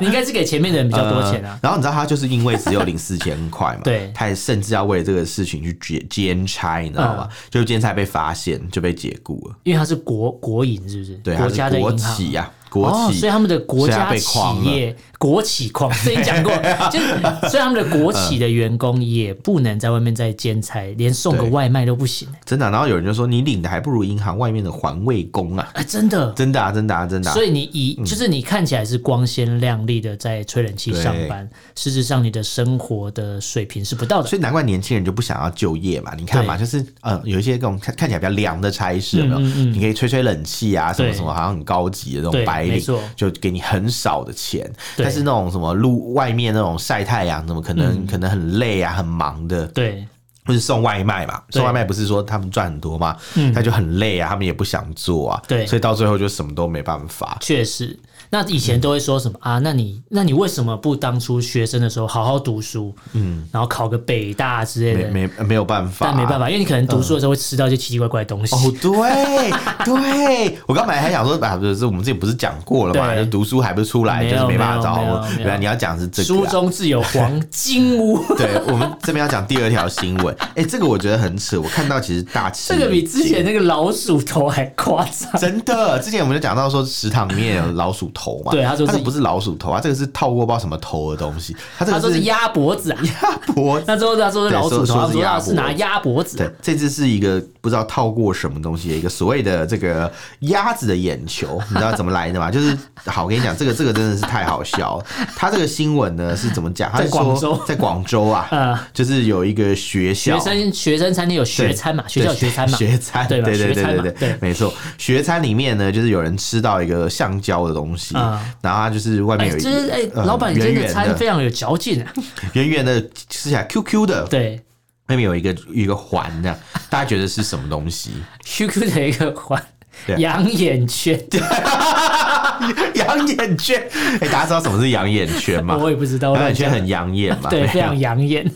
Speaker 1: 你应该是给前面的人比较多钱啊
Speaker 2: [laughs] 呃。然后你知道他就是因为只有领四千块嘛，
Speaker 1: 对
Speaker 2: 他也甚至要为了这个事情去兼兼差，你知道
Speaker 1: 嗯
Speaker 2: 吗？就兼差被发现就被解雇了，
Speaker 1: 因为它是国国营，是不是？
Speaker 2: 对，
Speaker 1: 国家的
Speaker 2: 他是
Speaker 1: 银
Speaker 2: 国
Speaker 1: 行
Speaker 2: 企啊，国
Speaker 1: 哦，
Speaker 2: 企
Speaker 1: 所以，他们的国
Speaker 2: 所以他
Speaker 1: 家
Speaker 2: 被
Speaker 1: 企
Speaker 2: 框了
Speaker 1: 业、国企框，之前
Speaker 2: [laughs]
Speaker 1: 讲过，就是所以他们的国企的员工也不能在外面再兼差，连送个
Speaker 2: 对
Speaker 1: 外卖都不行、
Speaker 2: 真的啊、然后有人就说你领的还不如银行外面的环卫工啊，
Speaker 1: 哎、真的。
Speaker 2: 真的啊，真的啊，真的啊。
Speaker 1: 所以你以就是你看起来是光鲜亮丽的在吹冷气
Speaker 2: 对
Speaker 1: 上班，事实上你的生活的水平是不到的。
Speaker 2: 所以难怪年轻人就不想要就业嘛，你看嘛，就是呃，有一些这种看看起来比较凉的差事，有没有？
Speaker 1: 嗯嗯嗯
Speaker 2: 你可以吹吹冷气啊，什么
Speaker 1: 对
Speaker 2: 什么，好像很高级的这
Speaker 1: 对
Speaker 2: 种白
Speaker 1: 没
Speaker 2: 领
Speaker 1: 错，
Speaker 2: 就给你很少的钱。
Speaker 1: 对
Speaker 2: 但是那种什么路外面那种晒太阳，怎么可能、
Speaker 1: 嗯
Speaker 2: 可能很累啊，很忙的，
Speaker 1: 对
Speaker 2: 或是送外卖嘛？
Speaker 1: 对
Speaker 2: 送外卖不是说他们赚很多吗？
Speaker 1: 嗯
Speaker 2: 他就很累啊，他们也不想做啊，
Speaker 1: 对
Speaker 2: 所以到最后就什么都没办法。
Speaker 1: 确实。那以前都会说什么
Speaker 2: 嗯
Speaker 1: 啊？那你那你为什么不当初学生的时候好好读书，嗯，然后考个北大之类
Speaker 2: 没
Speaker 1: 的？
Speaker 2: 没没有办法，
Speaker 1: 但没办法，因为你可能读书的时候会吃到一些奇奇怪怪的东西。
Speaker 2: 哦，
Speaker 1: [laughs]
Speaker 2: 对对，我刚本来还想说，啊，不是，我们之前不是讲过了嘛，
Speaker 1: 对
Speaker 2: 就读书还不是出来，
Speaker 1: 没
Speaker 2: 就
Speaker 1: 有
Speaker 2: 是没办法
Speaker 1: 没有
Speaker 2: 找
Speaker 1: 没有。没有
Speaker 2: 原来你要讲的是这
Speaker 1: 书
Speaker 2: 个啊、
Speaker 1: 中自有黄金
Speaker 2: [laughs]
Speaker 1: 屋，
Speaker 2: 对我们这边要讲第二条新
Speaker 1: [laughs]
Speaker 2: 闻，哎、这个我觉得很扯，我看到其实大吃
Speaker 1: 这个比之前
Speaker 2: 一惊。
Speaker 1: 那个老鼠头还夸张。
Speaker 2: 真的，之前我们就讲到说食堂里面有老鼠头嘛，
Speaker 1: 对他说是
Speaker 2: 这不是老鼠头啊，这个是透过不知道什么头的东西，他这
Speaker 1: 他
Speaker 2: 个
Speaker 1: 说是鸭脖子啊，
Speaker 2: 脖子
Speaker 1: 那之后他说是
Speaker 2: 对
Speaker 1: 老鼠
Speaker 2: 说
Speaker 1: 头，他
Speaker 2: 说是
Speaker 1: 说
Speaker 2: 鸭
Speaker 1: 他
Speaker 2: 脖
Speaker 1: 是拿
Speaker 2: 子
Speaker 1: 鸭脖子啊
Speaker 2: 对，，这只是一个不知道套过什么东西的一个所谓的这个鸭子的眼球， [laughs] 你知道怎么来的吗？就是好，我跟你讲，这个这个真的是太好笑了。他这个新闻呢是怎么讲？他是
Speaker 1: 在广州
Speaker 2: 说 [laughs] 在广州
Speaker 1: [laughs]
Speaker 2: 啊，
Speaker 1: 呃
Speaker 2: 就是有一个学校
Speaker 1: 学。生学生餐厅有学餐嘛，学校有学餐嘛，
Speaker 2: [laughs] 学餐，
Speaker 1: 对
Speaker 2: 对
Speaker 1: 吧
Speaker 2: 对
Speaker 1: 学
Speaker 2: 对
Speaker 1: 餐
Speaker 2: 对
Speaker 1: 嘛
Speaker 2: 对
Speaker 1: 对
Speaker 2: 没错。学餐里面呢，就是有人吃到一个橡胶的东西，
Speaker 1: 嗯
Speaker 2: 然后他就是外面
Speaker 1: 哎，
Speaker 2: 有一，
Speaker 1: 就是哎，
Speaker 2: 呃
Speaker 1: 老板，你
Speaker 2: 圆
Speaker 1: 今天的
Speaker 2: 圆
Speaker 1: 餐非常有嚼劲啊！
Speaker 2: 圆圆的，吃起来 Q Q 的，
Speaker 1: 对
Speaker 2: 外面有一个一个环这样，大家觉得是什么东西？
Speaker 1: ，QQ 的一个环
Speaker 2: 对，
Speaker 1: 养眼圈，
Speaker 2: [laughs] 养眼圈，哎、大家知道什么是养眼圈吗？
Speaker 1: [laughs] 哦我也不知道，我
Speaker 2: 养眼
Speaker 1: 乱
Speaker 2: 圈
Speaker 1: 讲
Speaker 2: 很养眼嘛，
Speaker 1: 对，非常养
Speaker 2: [laughs]
Speaker 1: 眼。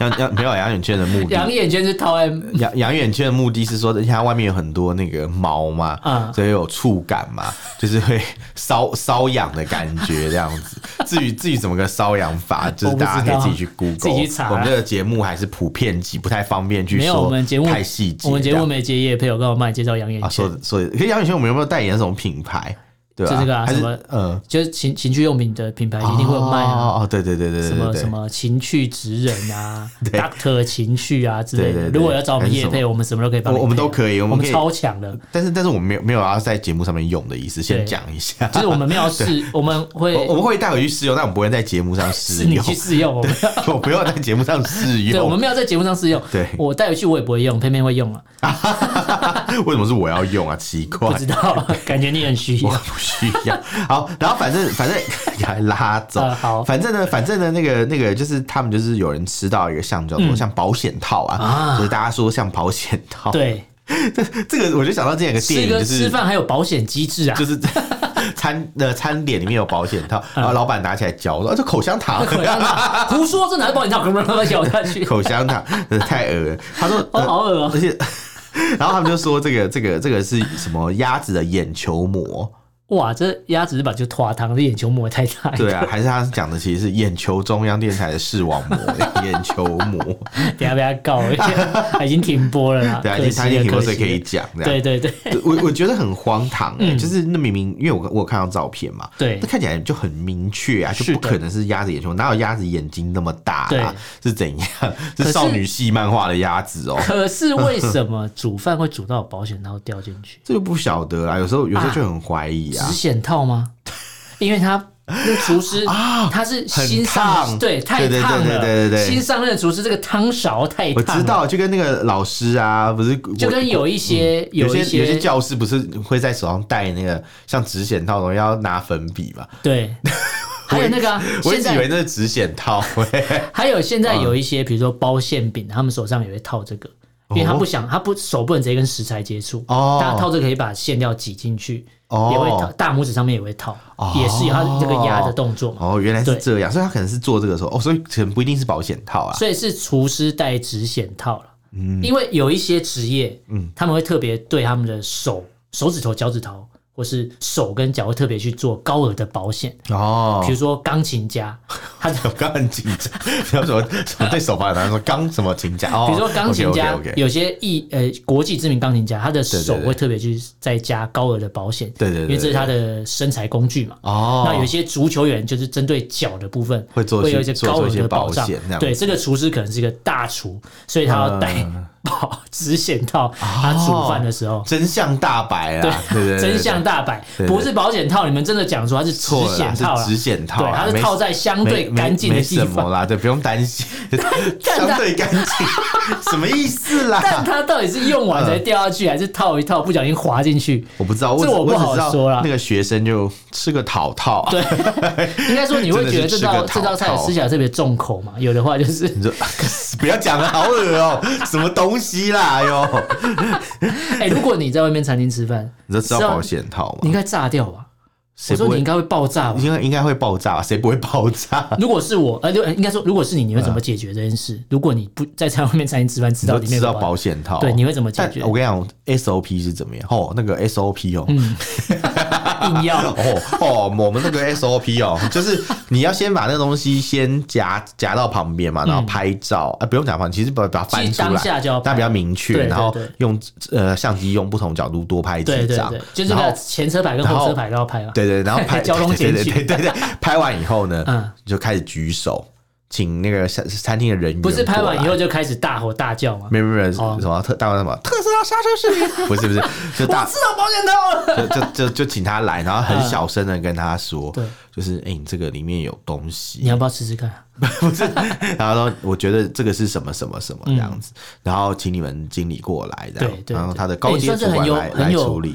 Speaker 2: 养养没有养眼圈的目
Speaker 1: 养
Speaker 2: 的。
Speaker 1: 眼圈是套在
Speaker 2: 养养眼圈的目的是说，因为它外面有很多那个毛嘛，
Speaker 1: 嗯
Speaker 2: 所以有触感嘛，就是会 [laughs] 瘙瘙痒的感觉这样子。至于至于怎么个瘙痒法，就是
Speaker 1: 我不知道
Speaker 2: 大家可以自己去 Google，
Speaker 1: 自己去查
Speaker 2: 我们这个节目还是普遍级，不太方便去
Speaker 1: 没有
Speaker 2: 说
Speaker 1: 我们节目
Speaker 2: 太细节这
Speaker 1: 我
Speaker 2: 样。
Speaker 1: 们节目没接叶配，我刚好帮你介绍养眼
Speaker 2: 啊，说
Speaker 1: 圈，
Speaker 2: 的说的，可是养眼圈我们有没有代言什么品牌？对吧、
Speaker 1: 就这个啊
Speaker 2: 还
Speaker 1: 什么
Speaker 2: 是嗯。
Speaker 1: 就是情情趣用品的品牌一定会有卖啊。
Speaker 2: 哦哦，对对对对对，
Speaker 1: 什么
Speaker 2: 对
Speaker 1: 什么情趣职人啊
Speaker 2: [laughs] 对
Speaker 1: ，Doctor 情趣啊之类
Speaker 2: 对
Speaker 1: 的
Speaker 2: 对。对
Speaker 1: 如果要找我们
Speaker 2: 还是
Speaker 1: 叶
Speaker 2: 什
Speaker 1: 配，我们什么都可以帮你
Speaker 2: 我我们
Speaker 1: 配啊
Speaker 2: 都可以我们
Speaker 1: 我们
Speaker 2: 可以
Speaker 1: 超强
Speaker 2: [laughs]
Speaker 1: 的。
Speaker 2: 但是但是我们没有没有要在节目上面用的意思，先
Speaker 1: 对
Speaker 2: 讲一下。
Speaker 1: 就是我们没有试，我们会
Speaker 2: 我我们会带回去试用，但我们不会在节目上试
Speaker 1: 是 [laughs] 你
Speaker 2: 用，
Speaker 1: 去试用，我们
Speaker 2: 我不要在节目上试
Speaker 1: 对，我们
Speaker 2: 用。
Speaker 1: 没有在节目上试用。
Speaker 2: 对
Speaker 1: 我带回去我也不会用，偏偏会用啊，
Speaker 2: 为什么是我要用啊？奇怪
Speaker 1: 不，知道， [laughs] 感觉你很需
Speaker 2: 我
Speaker 1: 要。
Speaker 2: 不需要。好，然后反正 [laughs] 反正还拉走、
Speaker 1: 呃好
Speaker 2: 反正呢，反正呢，那个那个就是他们就是有人吃到一个橡胶，说像保险套啊，
Speaker 1: 嗯啊
Speaker 2: 就是大家说像保险套。，
Speaker 1: 对，
Speaker 2: 这个我就想到之前有个电
Speaker 1: 吃
Speaker 2: 影，
Speaker 1: 个
Speaker 2: 就是
Speaker 1: 吃饭还有保险机制啊
Speaker 2: 就，是餐呃餐点里面有保险
Speaker 1: [laughs]
Speaker 2: 套，然后老板拿起来嚼，说啊这口香糖，
Speaker 1: 嗯口香
Speaker 2: 啊
Speaker 1: [laughs] 糖胡说，这哪是保险套？可不可以咬下 [laughs] 去？
Speaker 2: 口香糖， [laughs] 呃太恶了。他 [laughs] 说，
Speaker 1: 哦，好
Speaker 2: 呃
Speaker 1: 恶哦！
Speaker 2: 而且。然后他们就说这个这个这个是什么鸭子的眼球膜？
Speaker 1: 哇，这鸭子是把就拖汤，这眼球膜也太
Speaker 2: [laughs]
Speaker 1: 大。 [laughs]
Speaker 2: 对啊，还是他讲的其实是眼球中央电台的视网
Speaker 1: [laughs]
Speaker 2: 膜，眼球膜。
Speaker 1: 等下被他告，已经停播了啦。
Speaker 2: 对啊，
Speaker 1: 可惜
Speaker 2: 他已经
Speaker 1: 了
Speaker 2: 停播，
Speaker 1: 可惜
Speaker 2: 所以啊可以
Speaker 1: 了
Speaker 2: 讲这
Speaker 1: 对
Speaker 2: 样。
Speaker 1: 对对
Speaker 2: 我我觉得很荒唐、欸，就是那明明因为我我有看到照片嘛，
Speaker 1: 对
Speaker 2: 那看起来就很明确啊，
Speaker 1: 是
Speaker 2: 就
Speaker 1: 的
Speaker 2: 不可能是鸭子眼球，哪有鸭子眼睛那么大
Speaker 1: 对
Speaker 2: 啊？是怎样？
Speaker 1: 是
Speaker 2: 是少女系漫画的鸭子哦、
Speaker 1: 可是为什么煮饭会煮到有保险套掉进
Speaker 2: [laughs]
Speaker 1: 去？
Speaker 2: 这就不晓得啊啦，有时候有时候就很怀疑啊
Speaker 1: 纸。险套吗？因为他那厨
Speaker 2: [laughs]
Speaker 1: 师啊，他是新上
Speaker 2: 很烫
Speaker 1: 对太烫了，
Speaker 2: 对对对对对对
Speaker 1: 新上任的厨师这个汤勺太
Speaker 2: 我
Speaker 1: 烫，
Speaker 2: 知，道，就跟那个老师啊，不是
Speaker 1: 哦就跟有一些
Speaker 2: 嗯有
Speaker 1: 一
Speaker 2: 些有些教师不是会在手上戴那个像纸剪套的东西，要拿粉笔嘛？ [laughs]
Speaker 1: 对，还有那个啊
Speaker 2: 我一
Speaker 1: 现
Speaker 2: 直以为
Speaker 1: 在
Speaker 2: 那是纸剪套、 [laughs]
Speaker 1: [laughs]
Speaker 2: 欸，
Speaker 1: 还有现在有一些比如说包馅饼，他们手上也会套这个。因为他不想，他不手不能直接跟食材接触，
Speaker 2: 哦
Speaker 1: 他套这个可以把馅料挤进去，
Speaker 2: 哦
Speaker 1: 也会套大拇指上面也会套，
Speaker 2: 哦
Speaker 1: 也是有他这个压的动作嘛。
Speaker 2: 哦，原来是
Speaker 1: 对
Speaker 2: 这样，所以他可能是做这个时候，哦，所以可能不一定是保险套啊。
Speaker 1: 所以是厨师戴纸险套了。
Speaker 2: 嗯
Speaker 1: 因为有一些职业，他们会特别对他们的手、手指头、脚趾头，或是手跟脚会特别去做高额的保险。
Speaker 2: 哦
Speaker 1: 比如，说钢琴家，他
Speaker 2: [laughs] 我刚很紧张，然后什么 [laughs] 什么对手把男说刚什么请假，哦，
Speaker 1: 比如说钢琴家
Speaker 2: OK，OK，OK，
Speaker 1: 有些艺呃国际知名钢琴家，他的手
Speaker 2: 对对
Speaker 1: 会特别去再加高额的保险，
Speaker 2: 对对对
Speaker 1: 因为这是他的身材工具嘛。
Speaker 2: 哦，
Speaker 1: 那有一些足球员就是针对脚的部分
Speaker 2: 会做一些
Speaker 1: 有一些高
Speaker 2: 做
Speaker 1: 额
Speaker 2: 一些
Speaker 1: 的
Speaker 2: 保
Speaker 1: 保障
Speaker 2: 险这样。嗯
Speaker 1: 对，这个厨师可能是一个大厨，所以他要戴 [laughs] 保纸险套，他煮饭的时候。
Speaker 2: 哦真相大白啊，对对对，对
Speaker 1: 真相量大摆，
Speaker 2: 对对
Speaker 1: 不是保险套，你们真的讲说它是直
Speaker 2: 错了
Speaker 1: 险
Speaker 2: 啦，
Speaker 1: 套
Speaker 2: 是
Speaker 1: 啦
Speaker 2: 直险套
Speaker 1: 对，
Speaker 2: 啦，
Speaker 1: 它是
Speaker 2: 没
Speaker 1: 套在相对
Speaker 2: 没没
Speaker 1: 干净的
Speaker 2: 没
Speaker 1: 地
Speaker 2: 什
Speaker 1: 方
Speaker 2: 么。啦，对，不用担心，相对干净，什么意思
Speaker 1: [laughs] 但
Speaker 2: 啦？
Speaker 1: 它到底是用完才掉下去，还是套一套不小心滑进去？
Speaker 2: 我不知道，我
Speaker 1: 这
Speaker 2: 只
Speaker 1: 我不
Speaker 2: 我只
Speaker 1: 好
Speaker 2: 知道
Speaker 1: 说啦
Speaker 2: 那个学生就吃个啊讨套， [laughs] 对，
Speaker 1: 应该说你会觉得这道
Speaker 2: 真的是
Speaker 1: 这
Speaker 2: 吃个
Speaker 1: 道菜
Speaker 2: 套
Speaker 1: 吃起来特别重口嘛？有的话就是
Speaker 2: 你说不要讲了，好恶哦、什么东西啦？哎
Speaker 1: [laughs]
Speaker 2: 呦，
Speaker 1: 哎、如果你在外面餐厅吃饭，
Speaker 2: 你知道
Speaker 1: 知
Speaker 2: 吃
Speaker 1: 道
Speaker 2: 到保险套
Speaker 1: 你应？
Speaker 2: 吗
Speaker 1: 该炸掉吧？啊我
Speaker 2: 谁不
Speaker 1: 说你应
Speaker 2: 会？
Speaker 1: 该会爆炸吧？
Speaker 2: 应该应该会爆炸吧，谁不会爆炸？
Speaker 1: 如果是我，呃，就应该说，如果是你，你会怎么解决这件事？如果你不在餐外面餐厅吃饭，吃
Speaker 2: 嗯你
Speaker 1: 到
Speaker 2: 都
Speaker 1: 里面
Speaker 2: 知
Speaker 1: 有
Speaker 2: 道
Speaker 1: 包
Speaker 2: 保险套，
Speaker 1: 对，你会怎么解
Speaker 2: 但
Speaker 1: 决？嗯
Speaker 2: 我跟你讲，SOP 是怎么样？哦，那个 SOP 哦，
Speaker 1: 硬
Speaker 2: [laughs]
Speaker 1: 要
Speaker 2: 哦哦，我们那个 SOP 哦，就是你要先把那个东西先夹夹到旁边嘛，然后拍照，啊，不用夹旁，其实把把它翻
Speaker 1: 其实
Speaker 2: 出来，
Speaker 1: 嗯当下就要拍
Speaker 2: 但比较明
Speaker 1: 对
Speaker 2: 确，
Speaker 1: 对
Speaker 2: 然后
Speaker 1: 对
Speaker 2: 用呃相机用不同角度多拍
Speaker 1: 对
Speaker 2: 几
Speaker 1: 对
Speaker 2: 张
Speaker 1: 对，，就是
Speaker 2: 然
Speaker 1: 那
Speaker 2: 后
Speaker 1: 个前车牌跟后车牌都要拍嘛。
Speaker 2: 对
Speaker 1: [laughs]
Speaker 2: 对，然后拍
Speaker 1: 交通
Speaker 2: 对
Speaker 1: 检
Speaker 2: 对
Speaker 1: 举
Speaker 2: 对对对，拍完以后呢，
Speaker 1: 嗯
Speaker 2: 就开始举手，请那个餐餐厅的人员
Speaker 1: 不是拍完以
Speaker 2: 过来
Speaker 1: 后就开始大吼大叫吗？
Speaker 2: 没有没有没有
Speaker 1: 哦
Speaker 2: 什么特大什么特斯拉刹车视频，不是不是，就大
Speaker 1: 知道保险套了。
Speaker 2: 就就就就请他来，然后很
Speaker 1: 嗯
Speaker 2: 小声的跟他说，
Speaker 1: 对
Speaker 2: 就是哎、你这个里面有东西
Speaker 1: 你，要不要试试看？啊
Speaker 2: 然后说我觉得这个是什么什么什么这样子，然后请你们经理过来，这样
Speaker 1: 嗯对，对
Speaker 2: 然后他的
Speaker 1: 对
Speaker 2: 高
Speaker 1: 哎
Speaker 2: 阶
Speaker 1: 算是
Speaker 2: 主管
Speaker 1: 很有
Speaker 2: 来
Speaker 1: 很
Speaker 2: 来
Speaker 1: 有
Speaker 2: 处理。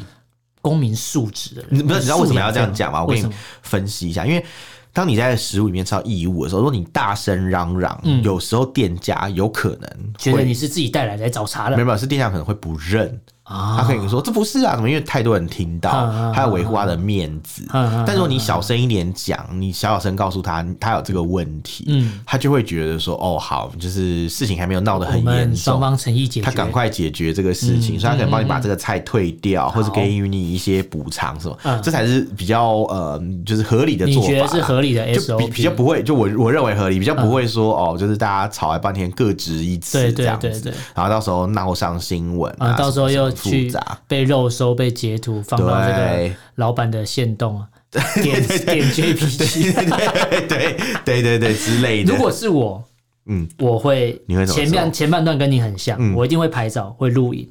Speaker 1: 公民素质的人，
Speaker 2: 你不是你知道为什么要这样
Speaker 1: 素养
Speaker 2: 讲吗？我
Speaker 1: 为
Speaker 2: 给
Speaker 1: 什
Speaker 2: 你
Speaker 1: 么？
Speaker 2: 分析一下，因为当你在食物里面吃到异物的时候，如果你大声嚷嚷，
Speaker 1: 嗯
Speaker 2: 有时候店家有可能
Speaker 1: 觉得
Speaker 2: 会
Speaker 1: 你是自己带来来找茬
Speaker 2: 没
Speaker 1: 的
Speaker 2: 有没有是店家可能会不认，他
Speaker 1: 啊
Speaker 2: 可？能说这不是啊，怎么因为太多人听到
Speaker 1: 嗯嗯，
Speaker 2: 他要维护他的面子。
Speaker 1: 嗯嗯
Speaker 2: 但如果你小声一点讲，你小小声告诉他他有这个问题，
Speaker 1: 嗯，
Speaker 2: 他就会觉得说哦好，就是事情还没有闹得
Speaker 1: 我
Speaker 2: 很严
Speaker 1: 们双
Speaker 2: 重。
Speaker 1: 方诚意解决，
Speaker 2: 他赶快解决这个事情，
Speaker 1: 嗯
Speaker 2: 所以他可能帮你把这个菜退掉，或者
Speaker 1: 好
Speaker 2: 给予你一些补偿什么，
Speaker 1: 嗯
Speaker 2: 这才是比较呃，就是合理的
Speaker 1: 你
Speaker 2: 做法啦。
Speaker 1: 觉得是合理的
Speaker 2: 就
Speaker 1: SOP？
Speaker 2: 比比较不会，就我我认为合理，比较不会说、哦，就是大家吵来半天，各执一
Speaker 1: 嗯对
Speaker 2: 词
Speaker 1: 对
Speaker 2: 这样子，
Speaker 1: 对对
Speaker 2: 然后到时候闹上新闻
Speaker 1: 啊，到时候又
Speaker 2: 什么什么
Speaker 1: 去
Speaker 2: 复杂。
Speaker 1: 被肉收、被截图放到这个
Speaker 2: 对
Speaker 1: 老板的线动啊，点点 JPG。
Speaker 2: 对对对对对之类的。
Speaker 1: 如果是我，
Speaker 2: 嗯，
Speaker 1: 我会
Speaker 2: 你会怎么
Speaker 1: 前半
Speaker 2: 做
Speaker 1: 前半段跟你很像，
Speaker 2: 嗯
Speaker 1: 我一定会拍照、会录影，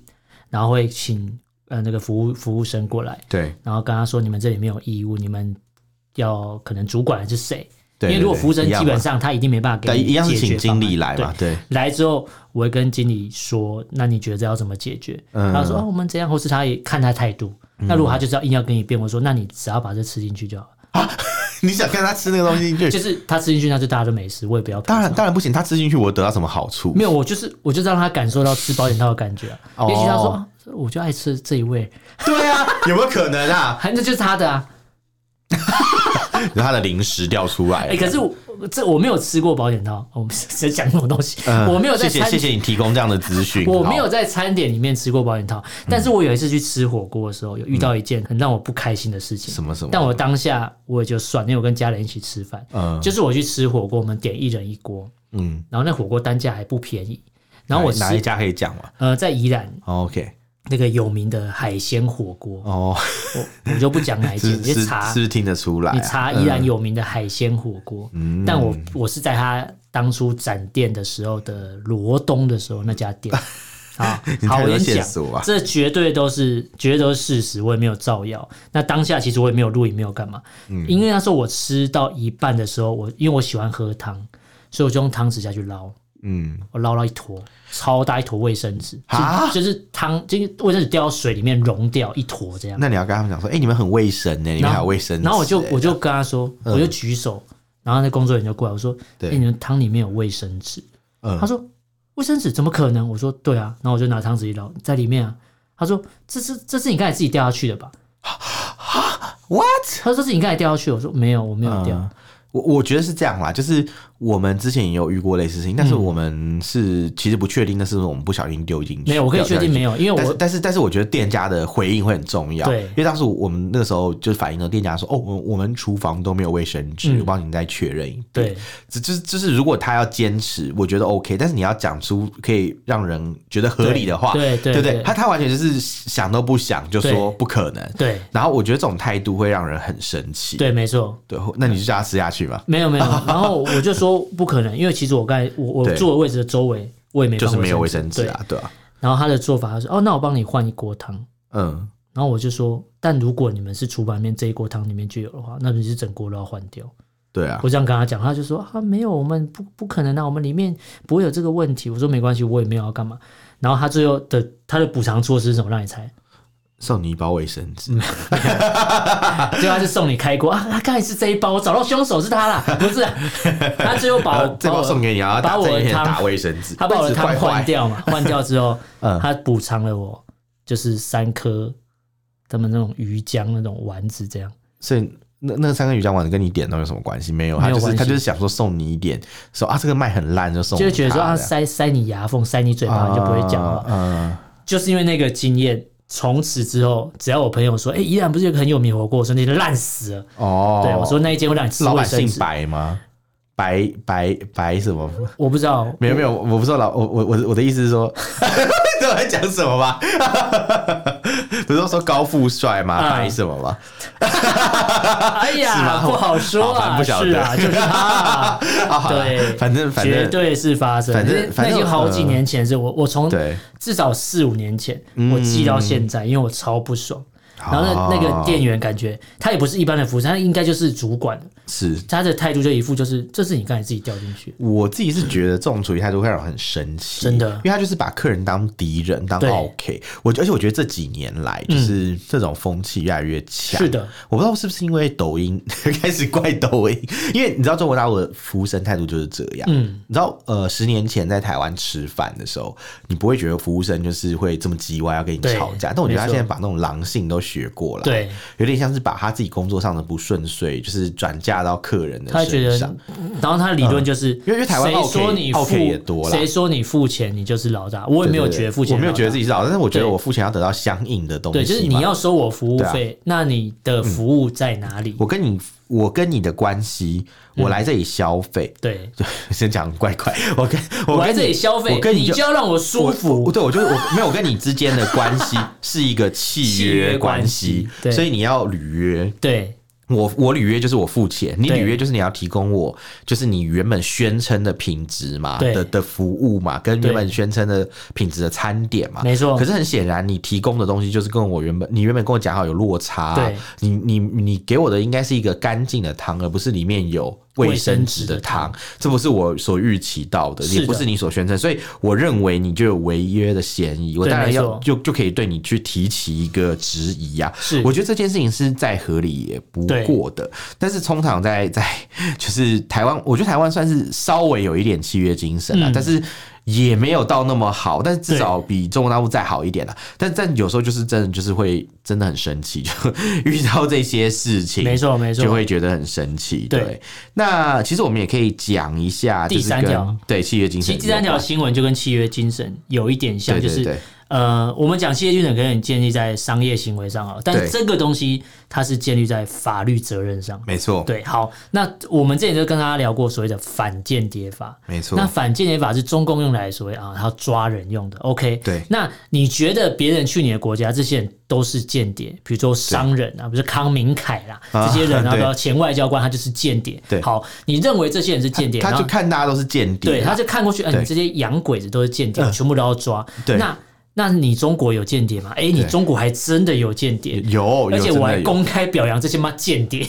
Speaker 1: 然后会请呃那个服务服务生过来，
Speaker 2: 对
Speaker 1: 然后跟他说你们这里没有义务，你们要可能主管是谁？
Speaker 2: 对，
Speaker 1: 因为如果服务生
Speaker 2: 一样
Speaker 1: 基
Speaker 2: 嘛
Speaker 1: 本上他一定没办法
Speaker 2: 对
Speaker 1: 给你
Speaker 2: 一样是
Speaker 1: 解
Speaker 2: 请
Speaker 1: 决方
Speaker 2: 经
Speaker 1: 案
Speaker 2: 理来
Speaker 1: 对
Speaker 2: 嘛，对 [laughs]
Speaker 1: 来之后，我会跟经理说，那你觉得要怎么解决？
Speaker 2: 嗯
Speaker 1: 他说、哦、我们怎样，或是他也看他态度。那如果他就是要硬要跟你辩，我说那你只要把这吃进去就好了，
Speaker 2: 你想看他吃那个东西进
Speaker 1: 就
Speaker 2: 去，
Speaker 1: 是他吃进去，那就大家都没事，我也不要赔
Speaker 2: 哎当然
Speaker 1: 偿。
Speaker 2: 当然不行，他吃进去我得到什么好处？
Speaker 1: 没有，我就是我就让他感受到吃保险套的感觉、啊。
Speaker 2: 哦
Speaker 1: 也许他说、啊我就爱吃这一味，
Speaker 2: 对啊， [laughs] 有没有可能啊？
Speaker 1: 还那就是他的啊。
Speaker 2: 然后他的零食掉出来
Speaker 1: 哎、
Speaker 2: 了。
Speaker 1: 可是我这我没有吃过保险套，哦我们 [laughs] 只讲这种东西，
Speaker 2: 嗯
Speaker 1: 我没有在
Speaker 2: 谢谢
Speaker 1: 餐
Speaker 2: 谢谢你提供这样的资讯，哦
Speaker 1: 我没
Speaker 2: 好
Speaker 1: 有在餐点里面吃过保险套，
Speaker 2: 嗯
Speaker 1: 但是我有一次去吃火锅的时候，有遇到一件很让我不开心的事情。
Speaker 2: 什么什么
Speaker 1: 但我当下我也就算，因为我跟家人一起吃饭，
Speaker 2: 嗯
Speaker 1: 就是我去吃火锅，我们点一人一锅，
Speaker 2: 嗯，
Speaker 1: 然后那火锅单价还不便宜。然后我吃
Speaker 2: 哪一家可以讲嘛
Speaker 1: 呃在宜兰
Speaker 2: 哦？OK，
Speaker 1: 那个有名的海鲜火锅，
Speaker 2: 哦，
Speaker 1: 我我就不讲哪一间，
Speaker 2: [laughs] 是
Speaker 1: 你
Speaker 2: 是
Speaker 1: 去
Speaker 2: 是
Speaker 1: 查
Speaker 2: 不，是听得出来啊？
Speaker 1: 你查宜兰有名的海鲜火锅。
Speaker 2: 嗯
Speaker 1: 但我我是在他当初展店的时候的罗东的时候那家
Speaker 2: [laughs]
Speaker 1: 店。啊，
Speaker 2: 你
Speaker 1: 好，
Speaker 2: 太
Speaker 1: 我
Speaker 2: 多
Speaker 1: 跟你
Speaker 2: 线
Speaker 1: 讲
Speaker 2: 索啊吧，
Speaker 1: 这绝对都是绝对都是事实，我也没有造谣。那当下其实我也没有录影，没有干嘛，
Speaker 2: 嗯
Speaker 1: 因为那时候我吃到一半的时候，我因为我喜欢喝汤，所以我就用汤匙下去捞，
Speaker 2: 嗯，
Speaker 1: 我捞到一坨超大一坨卫生纸，
Speaker 2: 啊
Speaker 1: 就就是汤，就是卫生纸掉到水里面溶掉一坨这样。
Speaker 2: 那你要跟他们讲说，哎，你们很卫生呢，你们
Speaker 1: 然
Speaker 2: 还有
Speaker 1: 后
Speaker 2: 卫生纸欸，
Speaker 1: 嗯然后我就我就跟他说，我就举手，然后那工作人员就过来，我说：“哎、
Speaker 2: 嗯对
Speaker 1: 你们汤里面有卫生纸？”
Speaker 2: 嗯
Speaker 1: 他说：“卫生纸怎么可能？”我说：“对啊。”然后我就拿汤匙一捞，在里面啊。他说：“这是这是你刚才自己掉下去的吧
Speaker 2: 啊 what？
Speaker 1: 他说：“这是你刚才掉下去。”我说：“没有，我没有掉。
Speaker 2: 嗯我我觉得是这样啦，就是我们之前也有遇过类似事情，
Speaker 1: 嗯
Speaker 2: 但是我们是其实不确定那是不是我们不小心丢进去，
Speaker 1: 没有，我可以确定没
Speaker 2: 有。
Speaker 1: 有，因为
Speaker 2: 但是
Speaker 1: 我
Speaker 2: 但是但是我觉得店家的回应会很重要，
Speaker 1: 对
Speaker 2: 因为当时我们那个时候就反映了店家说，哦，我们我们厨房都没有卫生纸，
Speaker 1: 嗯
Speaker 2: 我帮你再确认一遍。
Speaker 1: 对
Speaker 2: 只就是就是，如果他要坚持，我觉得 OK，但是你要讲出可以让人觉得合理的话，
Speaker 1: 对对
Speaker 2: 对不
Speaker 1: 对
Speaker 2: 对？他他完全就是想都不想就说不可能，
Speaker 1: 对
Speaker 2: 然后我觉得这种态度会让人很生气。
Speaker 1: 对，没错。”
Speaker 2: 对，那你就叫他吃下去嘛，
Speaker 1: 没有没有，然后我就说不可能，因为其实我刚才我我
Speaker 2: 对
Speaker 1: 坐的位置的周围我也没
Speaker 2: 就是
Speaker 1: 放
Speaker 2: 没有卫
Speaker 1: 纸
Speaker 2: 生纸啊，对啊，
Speaker 1: 对然后他的做法他说哦，那我帮你换一锅汤，
Speaker 2: 嗯，
Speaker 1: 然后我就说，但如果你们是厨板面这一锅汤里面就有的话，那你是整锅都要换掉。
Speaker 2: 对啊
Speaker 1: 我，这样跟他讲，他就说啊，没有，我们不不可能啊，我们里面不会有这个问题。我说没关系，我也没有要干嘛。然后他最后的他的补偿措施是什么？让你猜？
Speaker 2: 送你一包卫生
Speaker 1: 嗯
Speaker 2: 纸，
Speaker 1: 最后他就送你开锅啊，他刚才是这一包，我找到凶手是他啦，不是啊、他最后把
Speaker 2: 然
Speaker 1: 我
Speaker 2: 呃后这包送给你，然后
Speaker 1: 把
Speaker 2: 打
Speaker 1: 我
Speaker 2: 这一
Speaker 1: 的
Speaker 2: 天
Speaker 1: 汤
Speaker 2: 打卫生纸，
Speaker 1: 他把我的汤
Speaker 2: 卫生纸坏
Speaker 1: 换
Speaker 2: 坏，
Speaker 1: 掉嘛，换掉之后，
Speaker 2: [laughs] 嗯
Speaker 1: 他补偿了我就是三颗他们那种鱼浆那种丸子这样。
Speaker 2: 所以。那那三个鱼浆丸子跟你点都有什么关系？没有，他
Speaker 1: 没有
Speaker 2: 就是
Speaker 1: 关系
Speaker 2: 他就是想说送你一点，说啊这个卖很烂就送
Speaker 1: 就会觉
Speaker 2: 给他，啊
Speaker 1: 得说啊，
Speaker 2: 这样
Speaker 1: 塞塞你牙缝，塞你嘴巴，你就不会讲话。
Speaker 2: 嗯，
Speaker 1: 就是因为那个经验，从此之后，只要我朋友说，哎、宜兰不是有一个很有名的火锅，我说那烂死了。
Speaker 2: 哦，
Speaker 1: 对，我说那一间会让你吃
Speaker 2: 老
Speaker 1: 卫
Speaker 2: 板
Speaker 1: 生
Speaker 2: 姓
Speaker 1: 纸，
Speaker 2: 白吗？白白白什么？
Speaker 1: 我不知道。
Speaker 2: 没有没有，
Speaker 1: 嗯
Speaker 2: 我我不知道老我我我的我的意思
Speaker 1: [laughs]
Speaker 2: 是说，你知道我在讲什么吗？ [laughs] 不是说高富帅吗？
Speaker 1: 啊
Speaker 2: 白什么吗？
Speaker 1: [laughs] 哎
Speaker 2: 是吗
Speaker 1: 呀，不好说
Speaker 2: 好
Speaker 1: 啊，
Speaker 2: 吧不晓得
Speaker 1: 是啊，就是他。
Speaker 2: 啊， [laughs] 好啦
Speaker 1: 对，
Speaker 2: 反正反
Speaker 1: 绝
Speaker 2: 正
Speaker 1: 对是发生。
Speaker 2: 反正
Speaker 1: 那
Speaker 2: 反
Speaker 1: 那已
Speaker 2: 正呃
Speaker 1: 经好几年前的事，我我从
Speaker 2: 对嗯
Speaker 1: 至少四五年前，我记到现在，因为我超不爽。然后那那个
Speaker 2: 哦
Speaker 1: 店员感觉他也不是一般的服务生，他应该就是主管的，
Speaker 2: 是
Speaker 1: 他的态度就一副就是这是你刚才自己掉进去，
Speaker 2: 我自己是觉得这种处理态度会让人很生气，
Speaker 1: 真的
Speaker 2: 因为他就是把客人当敌人，当
Speaker 1: 对嗯
Speaker 2: OK。我而且我觉得这几年来，就是这种风气越来越强。
Speaker 1: 是的，
Speaker 2: 我不知道是不是因为抖音 [laughs] 开始怪抖音，因为你知道中国大陆的服务生态度就是这样。
Speaker 1: 嗯，
Speaker 2: 你知道呃，十年前在台湾吃饭的时候，你不会觉得服务生就是会这么叽歪要跟你
Speaker 1: 对
Speaker 2: 吵架，但我觉得他
Speaker 1: 没错
Speaker 2: 现在把那种狼性都学过了，
Speaker 1: 对，
Speaker 2: 有点像是把他自己工作上的不顺遂，就是转嫁到客人的
Speaker 1: 他觉
Speaker 2: 身
Speaker 1: 得
Speaker 2: 上。，嗯
Speaker 1: 然后他的理论就是，
Speaker 2: 因为因为台湾
Speaker 1: 谁
Speaker 2: OK-
Speaker 1: 说你付
Speaker 2: OK 也多啦
Speaker 1: 谁说你付钱你就是老大，我也没有觉得付钱，
Speaker 2: 我没有觉得自
Speaker 1: 己。
Speaker 2: 己是老，但是我觉得
Speaker 1: 对
Speaker 2: 我付钱要得到相应的东西
Speaker 1: 对，
Speaker 2: 嘛。
Speaker 1: 就是你要收我服务
Speaker 2: 对啊嗯
Speaker 1: 费，那你的服务在哪里？
Speaker 2: 我跟你，我跟你的关系，我来这里消费， [laughs]
Speaker 1: 对，
Speaker 2: 先讲怪怪，我跟我
Speaker 1: 嗯我
Speaker 2: 跟
Speaker 1: 来
Speaker 2: 你
Speaker 1: 这里消费，
Speaker 2: 我跟
Speaker 1: 你
Speaker 2: 你就
Speaker 1: 要让我舒
Speaker 2: 我
Speaker 1: 服
Speaker 2: 我。对我就是我没有我跟你之间的关系是一个契约关
Speaker 1: 契约
Speaker 2: 系
Speaker 1: 关系，对
Speaker 2: 所以你要履约。
Speaker 1: 对
Speaker 2: 我我履约就是我付钱，你
Speaker 1: 对
Speaker 2: 履约就是你要提供我，就是你原本宣称的品质嘛
Speaker 1: 对
Speaker 2: 的的服务嘛，跟原本
Speaker 1: 对
Speaker 2: 宣称的品质的餐点嘛，
Speaker 1: 没错
Speaker 2: 可是很显然，你提供的东西就是跟我原本你原本跟我讲好有落差啊、
Speaker 1: 对
Speaker 2: 你你你给我的应该是一个干净的汤，而不是里面有。卫生纸的汤，这不是我所预期到的，
Speaker 1: 是的
Speaker 2: 也不是你所宣称，所以我认为你就有违约的嫌疑，我
Speaker 1: 对
Speaker 2: 当然
Speaker 1: 没错
Speaker 2: 要就就可以对你去提起一个质疑啊。
Speaker 1: 是
Speaker 2: 我觉得这件事情是再合理也不
Speaker 1: 对
Speaker 2: 过的，但是通常在在就是台湾，我觉得台湾算是稍微有一点契约精神啊，
Speaker 1: 嗯
Speaker 2: 但是也没有到那么好，但是至
Speaker 1: 对
Speaker 2: 少比中国大陆再好一点了。但但有时候就是真的就是会真的很生气， [laughs] 就遇到这些事情，
Speaker 1: 没错没错
Speaker 2: 就会觉得很生气。
Speaker 1: 对
Speaker 2: 对，那其实我们也可以讲一下就是
Speaker 1: 第三
Speaker 2: 跟
Speaker 1: 条
Speaker 2: 对契约精
Speaker 1: 其
Speaker 2: 神
Speaker 1: 实
Speaker 2: 有关，
Speaker 1: 第三条新闻就跟契约精神有一点像，就
Speaker 2: 对对
Speaker 1: 是
Speaker 2: 对，
Speaker 1: 呃，我们讲契约精神可能建立在商业行为上啊，但
Speaker 2: 对
Speaker 1: 这个东西它是建立在法律责任上。
Speaker 2: 没错，
Speaker 1: 对，好，那我们之前就跟大家聊过所谓的反间谍法，
Speaker 2: 没错
Speaker 1: 那反间谍法是中共用来所谓啊，他抓人用的。OK，
Speaker 2: 对
Speaker 1: 那你觉得别人去你的国家，这些人都是间谍，比如说商人啊，比如说康明凯啦，
Speaker 2: 啊
Speaker 1: 这些人啊，
Speaker 2: 对
Speaker 1: 然后前外交官，他就是间谍。
Speaker 2: 对
Speaker 1: 好，你认为这些人是间谍，
Speaker 2: 他
Speaker 1: 然
Speaker 2: 就
Speaker 1: 后
Speaker 2: 看大家都是间谍
Speaker 1: 对，
Speaker 2: 啊，
Speaker 1: 他就看过去，哎，
Speaker 2: 对
Speaker 1: 你这些洋鬼子都是间谍，
Speaker 2: 嗯
Speaker 1: 全部都要抓。
Speaker 2: 对
Speaker 1: 那那你中国有间谍吗？哎，你
Speaker 2: 对
Speaker 1: 中国还真的有间谍。
Speaker 2: 有，
Speaker 1: 而且
Speaker 2: 有真
Speaker 1: 我
Speaker 2: 的
Speaker 1: 还
Speaker 2: 有
Speaker 1: 公开表扬这些妈间谍，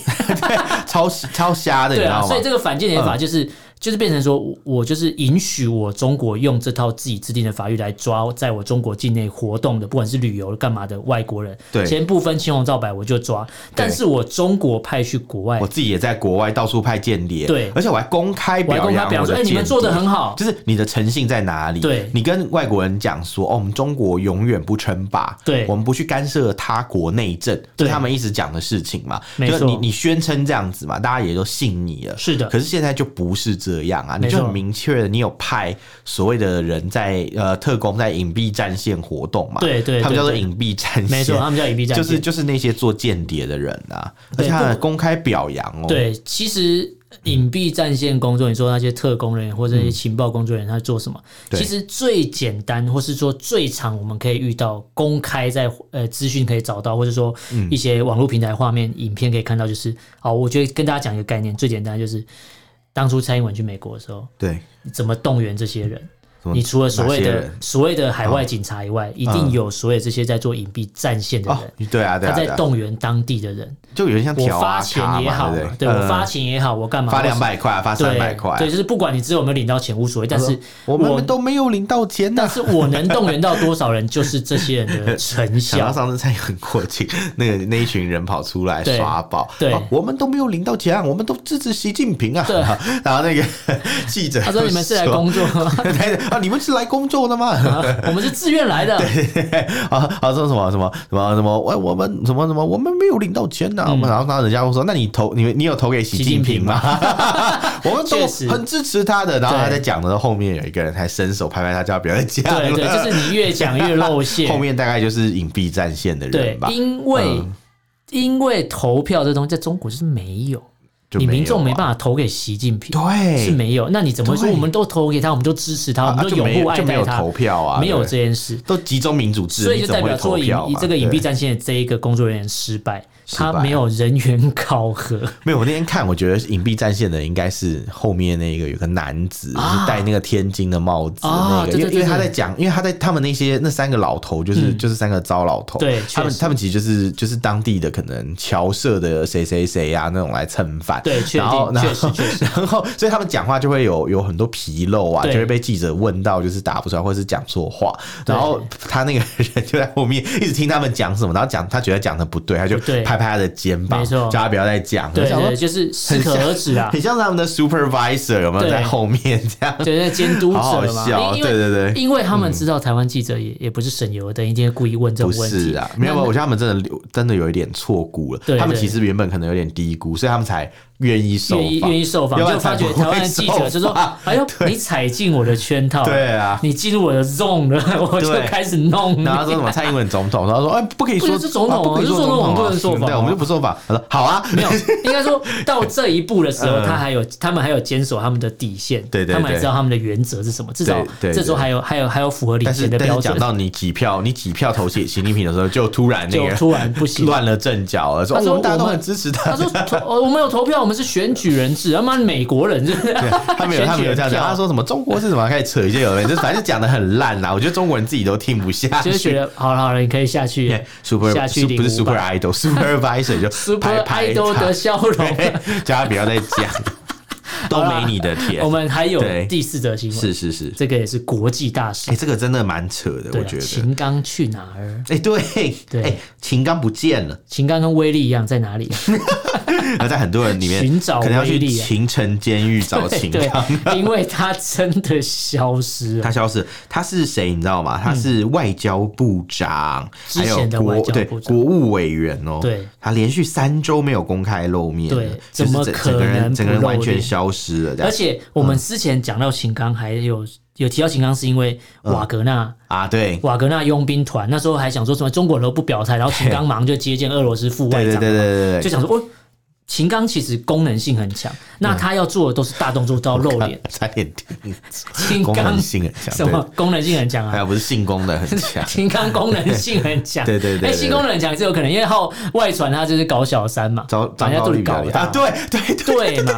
Speaker 2: 超超瞎的，你
Speaker 1: 对
Speaker 2: 知道
Speaker 1: 啊，
Speaker 2: 吗？嗯
Speaker 1: 所以这个反间谍法就是、就是变成说，我我就是允许我中国用这套自己制定的法律来抓在我中国境内活动的，不管是旅游干嘛的外国人，
Speaker 2: 对
Speaker 1: 先不分青红皂白我就抓，但是我中国派去国外
Speaker 2: 我，自己也在国外到处派间谍，
Speaker 1: 对
Speaker 2: 而且我还公开
Speaker 1: 我还
Speaker 2: 表
Speaker 1: 公开
Speaker 2: 扬
Speaker 1: 表
Speaker 2: 我
Speaker 1: 说，
Speaker 2: 的
Speaker 1: 哎、你们
Speaker 2: 间
Speaker 1: 做的
Speaker 2: 谍
Speaker 1: 很好，
Speaker 2: 就是你的诚信在哪里？
Speaker 1: 对
Speaker 2: 你跟外国人讲说，哦，我们中国永远不称霸，
Speaker 1: 对
Speaker 2: 我们不去干涉他国内政，
Speaker 1: 对
Speaker 2: 是他们一直讲的事情嘛。
Speaker 1: 没
Speaker 2: 就是
Speaker 1: 错
Speaker 2: 你你宣称这样子嘛，大家也都信你了。
Speaker 1: 是的
Speaker 2: 可是现在就不是这样啊，你
Speaker 1: 没错
Speaker 2: 就很明确的，你有派所谓的人在呃特工在隐蔽战线活动嘛？
Speaker 1: 对对
Speaker 2: 他们叫做
Speaker 1: 对对
Speaker 2: 隐蔽战线，
Speaker 1: 没错，他们叫隐蔽战
Speaker 2: 就
Speaker 1: 线，
Speaker 2: 是就是那些做间谍的人啊，而
Speaker 1: 对
Speaker 2: 且他
Speaker 1: 不
Speaker 2: 还公开表扬哦，
Speaker 1: 对，其实隐蔽战线工作，你说那些特工人员或者那些情报工作人员，他做什么？
Speaker 2: 对
Speaker 1: 其实最简单，或是说最常我们可以遇到公开在呃资讯可以找到，或者说
Speaker 2: 嗯
Speaker 1: 一些网络平台画面、影片可以看到，就是好，我觉得跟大家讲一个概念，最简单就是当初蔡英文去美国的时候，
Speaker 2: 对，
Speaker 1: 怎么动员这些人。
Speaker 2: 什么
Speaker 1: 你除了所谓
Speaker 2: 哪些
Speaker 1: 的
Speaker 2: 人
Speaker 1: 所谓的海外警察以外，一定有所有这些在做隐蔽战线的
Speaker 2: 哦
Speaker 1: 人，，
Speaker 2: 对啊，对
Speaker 1: 他
Speaker 2: 啊，
Speaker 1: 在
Speaker 2: 对啊
Speaker 1: 动员当地的人。
Speaker 2: 就有点像
Speaker 1: 我
Speaker 2: 条
Speaker 1: 发
Speaker 2: 啊
Speaker 1: 钱
Speaker 2: 卡
Speaker 1: 也
Speaker 2: 嘛，
Speaker 1: 好
Speaker 2: 对不
Speaker 1: 嘛，对
Speaker 2: 对？
Speaker 1: 我发
Speaker 2: 嗯
Speaker 1: 钱也好，我干嘛
Speaker 2: 发
Speaker 1: 我是
Speaker 2: 两百块，啊发三百块，嗯
Speaker 1: 对，就是不管你之后有没有领到钱无所谓，但是
Speaker 2: 我们都没有领到钱啊呢、
Speaker 1: 但是我能动员到多少人，就是这些人的成
Speaker 2: [laughs] 想到
Speaker 1: 效。
Speaker 2: 上次蔡很国庆， [laughs] 那个那一群人跑出来
Speaker 1: 对
Speaker 2: 耍宝，
Speaker 1: 对
Speaker 2: 哦我们都没有领到钱啊，我们都支持习近平啊。
Speaker 1: 对
Speaker 2: [laughs] 然后那个记者
Speaker 1: 他说：“你们是来
Speaker 2: [laughs]
Speaker 1: 工啊作吗？
Speaker 2: 就说啊，你们是来工作的吗？
Speaker 1: [laughs] 我们是自愿来
Speaker 2: [laughs]
Speaker 1: 的。
Speaker 2: 啊啊，说什么什么什么什么，哎，我们什么什么，我们没有领到钱呐、
Speaker 1: 嗯
Speaker 2: 我们然后那人家会说，那你投你们你有投给习近平吗？ [laughs] 我们都
Speaker 1: [laughs] 确实
Speaker 2: 很支持他的。然后他
Speaker 1: 对
Speaker 2: 在讲的时候，后面有一个人还伸手拍拍他，叫他不要再讲了。
Speaker 1: 对对，就是你越讲越露馅。
Speaker 2: [laughs] 后面大概就是隐蔽战线的
Speaker 1: 对
Speaker 2: 人吧，，
Speaker 1: 因为、
Speaker 2: 嗯
Speaker 1: 因为投票这东西在中国就是没有，
Speaker 2: 就
Speaker 1: 你民众没
Speaker 2: 法，
Speaker 1: 办法投给习近平，
Speaker 2: 对，
Speaker 1: 是没有。那你怎么会说
Speaker 2: 对
Speaker 1: 我们都投给他，我们都支持他，我
Speaker 2: 啊
Speaker 1: 们都
Speaker 2: 就
Speaker 1: 拥
Speaker 2: 没
Speaker 1: 护
Speaker 2: 有
Speaker 1: 爱
Speaker 2: 就没
Speaker 1: 戴
Speaker 2: 有
Speaker 1: 他？
Speaker 2: 投票啊，
Speaker 1: 没有
Speaker 2: 对
Speaker 1: 这件事。
Speaker 2: 都集中民主制，
Speaker 1: 所以就
Speaker 2: 你怎
Speaker 1: 代
Speaker 2: 么会
Speaker 1: 表
Speaker 2: 投
Speaker 1: 说隐
Speaker 2: 票嘛
Speaker 1: 这个隐蔽
Speaker 2: 对
Speaker 1: 战线的这一个工作人员失败，
Speaker 2: 失败啊
Speaker 1: 他没有人员考核，
Speaker 2: 没有，我那天看，我觉得隐蔽战线的应该是后面那个有个男子，
Speaker 1: 啊
Speaker 2: 就是戴那个天津的帽子的那
Speaker 1: 啊
Speaker 2: 个，
Speaker 1: 对
Speaker 2: 因
Speaker 1: 对
Speaker 2: 为
Speaker 1: 对
Speaker 2: 因为他
Speaker 1: 对嗯
Speaker 2: 在讲，因为他在他们那些那三个老头，就是、就是三个糟老头，
Speaker 1: 对
Speaker 2: 他们
Speaker 1: 确实
Speaker 2: 他们其实就是就是当地的可能侨社的谁谁谁啊那种来蹭饭，
Speaker 1: 对确定
Speaker 2: 然后然 [laughs]
Speaker 1: 确实
Speaker 2: 后
Speaker 1: 确实
Speaker 2: 然后所以他们讲话就会有有很多纰漏啊，就
Speaker 1: 对
Speaker 2: 会被记者问到，就是答不出来或是讲错话，
Speaker 1: 对
Speaker 2: 然后他那个人就在后面一直听他们讲什么，然后讲他觉得讲的不对，他就
Speaker 1: 不对
Speaker 2: 拍拍他的肩膀，
Speaker 1: 没
Speaker 2: 叫
Speaker 1: 错
Speaker 2: 他不要再讲，我
Speaker 1: 对
Speaker 2: 想
Speaker 1: 对
Speaker 2: 说
Speaker 1: 对，就是适可而止啊。
Speaker 2: [laughs] 很像是他们的 supervisor 有没有
Speaker 1: 对
Speaker 2: 在后面
Speaker 1: [laughs]
Speaker 2: 这样？
Speaker 1: 对，那监督
Speaker 2: 好
Speaker 1: 者
Speaker 2: 好
Speaker 1: 嘛，
Speaker 2: 笑
Speaker 1: 因因为
Speaker 2: 对对对嗯
Speaker 1: 因为他们知道台湾记者也也不是省油的，一定会故意问这
Speaker 2: 不
Speaker 1: 种问题
Speaker 2: 是啊，没有，我觉得他们真的留真的有一点错估了。
Speaker 1: 对
Speaker 2: 他们
Speaker 1: 对
Speaker 2: 其实原本可能有点低估，所以他们才愿意啊受
Speaker 1: 愿意
Speaker 2: 访。
Speaker 1: 愿意受访，
Speaker 2: 要不
Speaker 1: 就
Speaker 2: 然
Speaker 1: 发觉
Speaker 2: 才不会
Speaker 1: 台湾的记
Speaker 2: 受
Speaker 1: 者
Speaker 2: 访
Speaker 1: 就说：“哎呦，你踩进我的圈套，
Speaker 2: 对啊
Speaker 1: 你进入我的 zone 了，我就
Speaker 2: 对
Speaker 1: 开始弄你。”
Speaker 2: 然后说什么蔡英文总统，然后说哎不可以
Speaker 1: 嗯不
Speaker 2: 说
Speaker 1: 能是总统
Speaker 2: 啊不可以
Speaker 1: 我就
Speaker 2: 说
Speaker 1: 说
Speaker 2: 总
Speaker 1: 我
Speaker 2: 统
Speaker 1: 们
Speaker 2: 啊，
Speaker 1: 不能受访
Speaker 2: 对，
Speaker 1: 啊
Speaker 2: 我们就不受访。他说好
Speaker 1: [laughs]
Speaker 2: 啊，
Speaker 1: 没
Speaker 2: [laughs]
Speaker 1: 有，应该说到这一步的时候，
Speaker 2: 嗯
Speaker 1: 他还有他们还有坚守他们的底线，
Speaker 2: 对对
Speaker 1: 他们还
Speaker 2: 对
Speaker 1: 知道他们的原则是什么，至少
Speaker 2: 对对
Speaker 1: 这时候
Speaker 2: 对
Speaker 1: 还有还有还有符合领
Speaker 2: 但是
Speaker 1: 先的
Speaker 2: 但
Speaker 1: 标
Speaker 2: 是讲
Speaker 1: 准，
Speaker 2: 到你几票，你几票投写习近平的时候，就突然那
Speaker 1: 就
Speaker 2: 个
Speaker 1: 突然不行。
Speaker 2: 乱了阵脚了，说
Speaker 1: 他
Speaker 2: 哦
Speaker 1: 说
Speaker 2: 我们大家都
Speaker 1: 我们
Speaker 2: 很支持他
Speaker 1: 他。说投：“哦，我们有投票，我们是选举人制，他妈美国人，就是
Speaker 2: 他没有，他没有这样
Speaker 1: 选
Speaker 2: 讲。他。
Speaker 1: 举人票
Speaker 2: 说什么中国是什么？开始扯 [laughs] 一些有的人，就反正讲的很烂啦。我觉得中国人自己都听不下去，
Speaker 1: 就是觉得好了好了，你可以下去了
Speaker 2: [laughs] super
Speaker 1: 下去领
Speaker 2: 不是
Speaker 1: 五
Speaker 2: super
Speaker 1: 百
Speaker 2: idol，supervisor 就
Speaker 1: [laughs] Super
Speaker 2: 拍拍
Speaker 1: Idol
Speaker 2: 他
Speaker 1: 的笑容。
Speaker 2: 对 [laughs] 叫他不要再
Speaker 1: [laughs]
Speaker 2: 讲，都没你的甜
Speaker 1: 我。们还有
Speaker 2: 对
Speaker 1: 第四则新闻，
Speaker 2: 是是是，
Speaker 1: 这个也是国际大事
Speaker 2: 哎，，这个真的蛮扯的，
Speaker 1: 对
Speaker 2: 我
Speaker 1: 啊
Speaker 2: 觉得。
Speaker 1: 秦刚去哪儿？
Speaker 2: 哎，对，
Speaker 1: 对
Speaker 2: 哎，秦刚不见了，
Speaker 1: 秦刚跟威力一样在哪里？
Speaker 2: 然后在很多人里面，
Speaker 1: 寻找
Speaker 2: 可能要去
Speaker 1: 威力啊
Speaker 2: 秦城监狱
Speaker 1: [laughs]
Speaker 2: 找
Speaker 1: 对
Speaker 2: 秦刚。
Speaker 1: 对，因为他真的消失了
Speaker 2: 他。消失，他是谁？你知道吗？他是外交部长，
Speaker 1: 嗯之
Speaker 2: 还有
Speaker 1: 前的
Speaker 2: 国
Speaker 1: 外交
Speaker 2: 对
Speaker 1: 部长
Speaker 2: 国务委员哦。
Speaker 1: 对，
Speaker 2: 他连续三周没有公开露面了，
Speaker 1: 对
Speaker 2: 就
Speaker 1: 怎
Speaker 2: 是
Speaker 1: 么
Speaker 2: 整
Speaker 1: 可
Speaker 2: 整个人
Speaker 1: 能
Speaker 2: 整个人
Speaker 1: 不露
Speaker 2: 完全
Speaker 1: 脸
Speaker 2: 消失了？这样
Speaker 1: 而且我
Speaker 2: 嗯
Speaker 1: 们之前讲到秦刚，还有有提到秦刚，是因为瓦格纳
Speaker 2: 啊，对，
Speaker 1: 瓦格纳佣兵团那时候还想说什么中国人都不表态，然后秦刚马上就接见俄罗斯副外
Speaker 2: 对
Speaker 1: 长
Speaker 2: 对
Speaker 1: 嘛，
Speaker 2: 对对对对，
Speaker 1: 就想说哦。秦刚其实功能性很强，那
Speaker 2: 嗯
Speaker 1: 他要做的都是大动作到
Speaker 2: [laughs]
Speaker 1: 露脸。
Speaker 2: 差点听
Speaker 1: 秦
Speaker 2: 功
Speaker 1: 刚
Speaker 2: 能性很强，
Speaker 1: 什么功能性很强
Speaker 2: 对？还
Speaker 1: 啊？，
Speaker 2: 有不是性功能很
Speaker 1: [laughs]
Speaker 2: 强
Speaker 1: 秦刚功能性很强，
Speaker 2: 对对对对
Speaker 1: 哎，性功能很强是有可能，因为后外传他就是搞小三嘛，
Speaker 2: 张
Speaker 1: 把
Speaker 2: 张
Speaker 1: 人家
Speaker 2: 高
Speaker 1: 都
Speaker 2: 丽比较
Speaker 1: 搞
Speaker 2: 厉害
Speaker 1: 大
Speaker 2: 啊，，对对对
Speaker 1: 对嘛，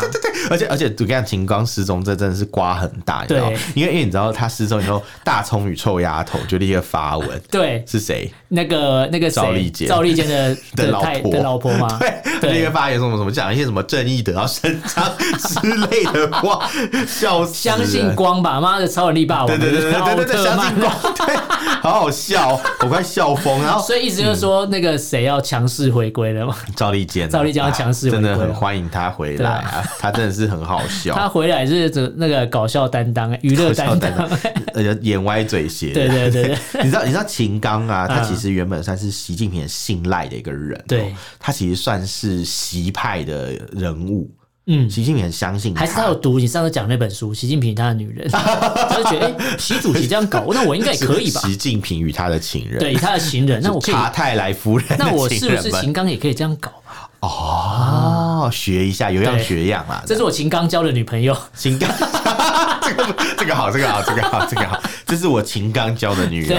Speaker 2: 而且而且，我跟你讲，秦刚失踪这真的是瓜很大，你知道吗？因为因为你知道他失踪以后，大葱与臭丫头就立刻发文，
Speaker 1: [laughs] 对，
Speaker 2: 是谁？
Speaker 1: 那个那个谁
Speaker 2: 赵立坚
Speaker 1: 赵立坚的
Speaker 2: [laughs] 的老
Speaker 1: 太
Speaker 2: 婆
Speaker 1: 的老婆吗？
Speaker 2: 对， [laughs] 那
Speaker 1: 对
Speaker 2: 个发言什么什么讲一些什么正义得到伸
Speaker 1: [laughs]
Speaker 2: 张之类的话，笑死人！
Speaker 1: 相信光吧，妈的超能力霸王，
Speaker 2: 啊对对对对对对
Speaker 1: 奥
Speaker 2: 对，
Speaker 1: 特
Speaker 2: 相
Speaker 1: 曼
Speaker 2: 信光，对，好好笑哦，我快笑疯。然后
Speaker 1: [laughs] 所以一直就说
Speaker 2: 嗯
Speaker 1: 那个谁要强势回归了嘛，
Speaker 2: 赵丽坚啊，
Speaker 1: 赵丽坚要强势
Speaker 2: 啊真的
Speaker 1: 回归
Speaker 2: 很
Speaker 1: 了
Speaker 2: 欢迎他回
Speaker 1: 对
Speaker 2: 来
Speaker 1: 啊
Speaker 2: 啊，他真的是很
Speaker 1: [laughs]
Speaker 2: 好
Speaker 1: 他
Speaker 2: 笑，
Speaker 1: 回来是这那个搞笑担当，娱乐担
Speaker 2: 搞
Speaker 1: 当，欸
Speaker 2: 而且呃眼歪嘴斜。
Speaker 1: [laughs] 对对对对，
Speaker 2: [laughs] 你知道，你知道秦刚啊，他
Speaker 1: 嗯
Speaker 2: 其实原本算是习近平信赖的一个人、哦，
Speaker 1: 对，
Speaker 2: 他其实算是习派的人物，
Speaker 1: 嗯。
Speaker 2: 习近平很相信
Speaker 1: 还是他有读你上次讲那本书《习近平他的女人》， [laughs] 他就觉得哎，习、主席这样搞，那我应该也可
Speaker 2: [laughs]
Speaker 1: 以吧？
Speaker 2: 习近平与他的情人，
Speaker 1: 对，以他的情人，那我可以，
Speaker 2: 查泰莱夫人的情人
Speaker 1: 那
Speaker 2: 们，
Speaker 1: 我是不是秦刚也可以这样搞吧？
Speaker 2: 哦，学一下，有样
Speaker 1: 对
Speaker 2: 学样啦。
Speaker 1: 这是我秦刚交的女朋友，
Speaker 2: 秦刚，
Speaker 1: [laughs]
Speaker 2: 这个这个好，这个好，这个好，这个好，这是我秦刚教的女友。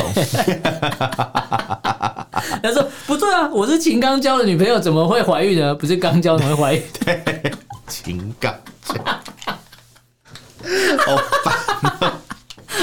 Speaker 1: 他说不对啊，我是秦刚交的女朋友，怎么会怀孕呢？不是刚交怎么会怀孕？ [laughs]
Speaker 2: 哦秦刚教，好吧，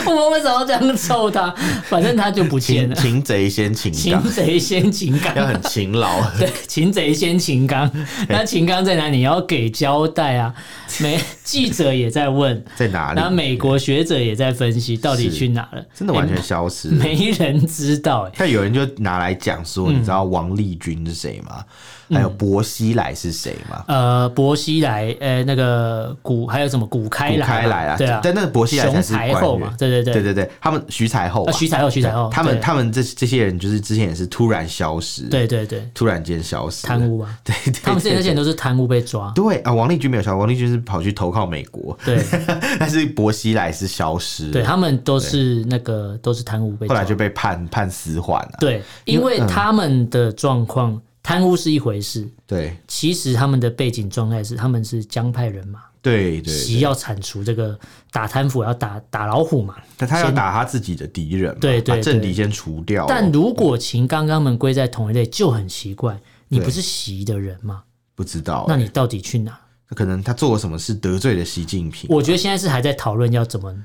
Speaker 1: 我们为什么要这样揍他？反正他就不见
Speaker 2: 擒
Speaker 1: 了。
Speaker 2: 擒贼先擒
Speaker 1: 擒
Speaker 2: 刚，
Speaker 1: 贼先擒
Speaker 2: 要
Speaker 1: 刚，
Speaker 2: 很勤劳。
Speaker 1: 对，擒贼先擒刚。那秦刚在哪里？你要给交代
Speaker 2: [laughs]
Speaker 1: 啊！美记者也在问，
Speaker 2: 在哪
Speaker 1: 那
Speaker 2: 里？
Speaker 1: 美国学者也在分析到底
Speaker 2: 是
Speaker 1: 去哪了，
Speaker 2: 真的完全
Speaker 1: 诶
Speaker 2: 消失了。
Speaker 1: 没嗯人知道、哎诶
Speaker 2: 但有人就拿来讲说，你知道王立军是谁吗？
Speaker 1: 嗯
Speaker 2: 还有薄熙来是谁吗？
Speaker 1: 呃，薄熙来，呃，那个古还有什么古开
Speaker 2: 古
Speaker 1: 来嘛？
Speaker 2: 开来
Speaker 1: 对啊，
Speaker 2: 但那个薄熙来才
Speaker 1: 熊
Speaker 2: 是
Speaker 1: 才
Speaker 2: 官
Speaker 1: 后
Speaker 2: 员
Speaker 1: 嘛，对对对
Speaker 2: 对对对，他们徐才厚
Speaker 1: 啊，
Speaker 2: 吧
Speaker 1: 徐才厚，徐才厚，
Speaker 2: 他们
Speaker 1: 对
Speaker 2: 他们这这些人就是之前也是突然消失，，
Speaker 1: 对对对
Speaker 2: 突然间消失
Speaker 1: 贪污啊，
Speaker 2: [laughs] 对对对
Speaker 1: 他们之前那些人都是贪污被抓，
Speaker 2: 对啊，王立军没有消失，王立军是跑去投靠美
Speaker 1: [laughs]
Speaker 2: 国，
Speaker 1: 对
Speaker 2: [laughs] 但是薄熙来是消失，
Speaker 1: 对，，他们都是那个都是贪污被
Speaker 2: 后
Speaker 1: 抓
Speaker 2: 来，就嗯被判判死缓了、
Speaker 1: 对，因为他们的状况，贪污是一回事，
Speaker 2: 对
Speaker 1: 其实他们的背景状态是他们是江派人马，
Speaker 2: 对对对，
Speaker 1: 习要铲除这个打贪腐，要打打老虎嘛，
Speaker 2: 但他要打他自己的敌人嘛，
Speaker 1: 对对
Speaker 2: 把政敌
Speaker 1: 对
Speaker 2: 先除掉，
Speaker 1: 但如果秦刚刚们归在同一类，就很奇怪。你不是习的人吗？
Speaker 2: 不知道、啊
Speaker 1: 那你到底去哪？
Speaker 2: 可能他做了什么事得罪了习近平，啊
Speaker 1: 我觉得现在是还在讨论要怎么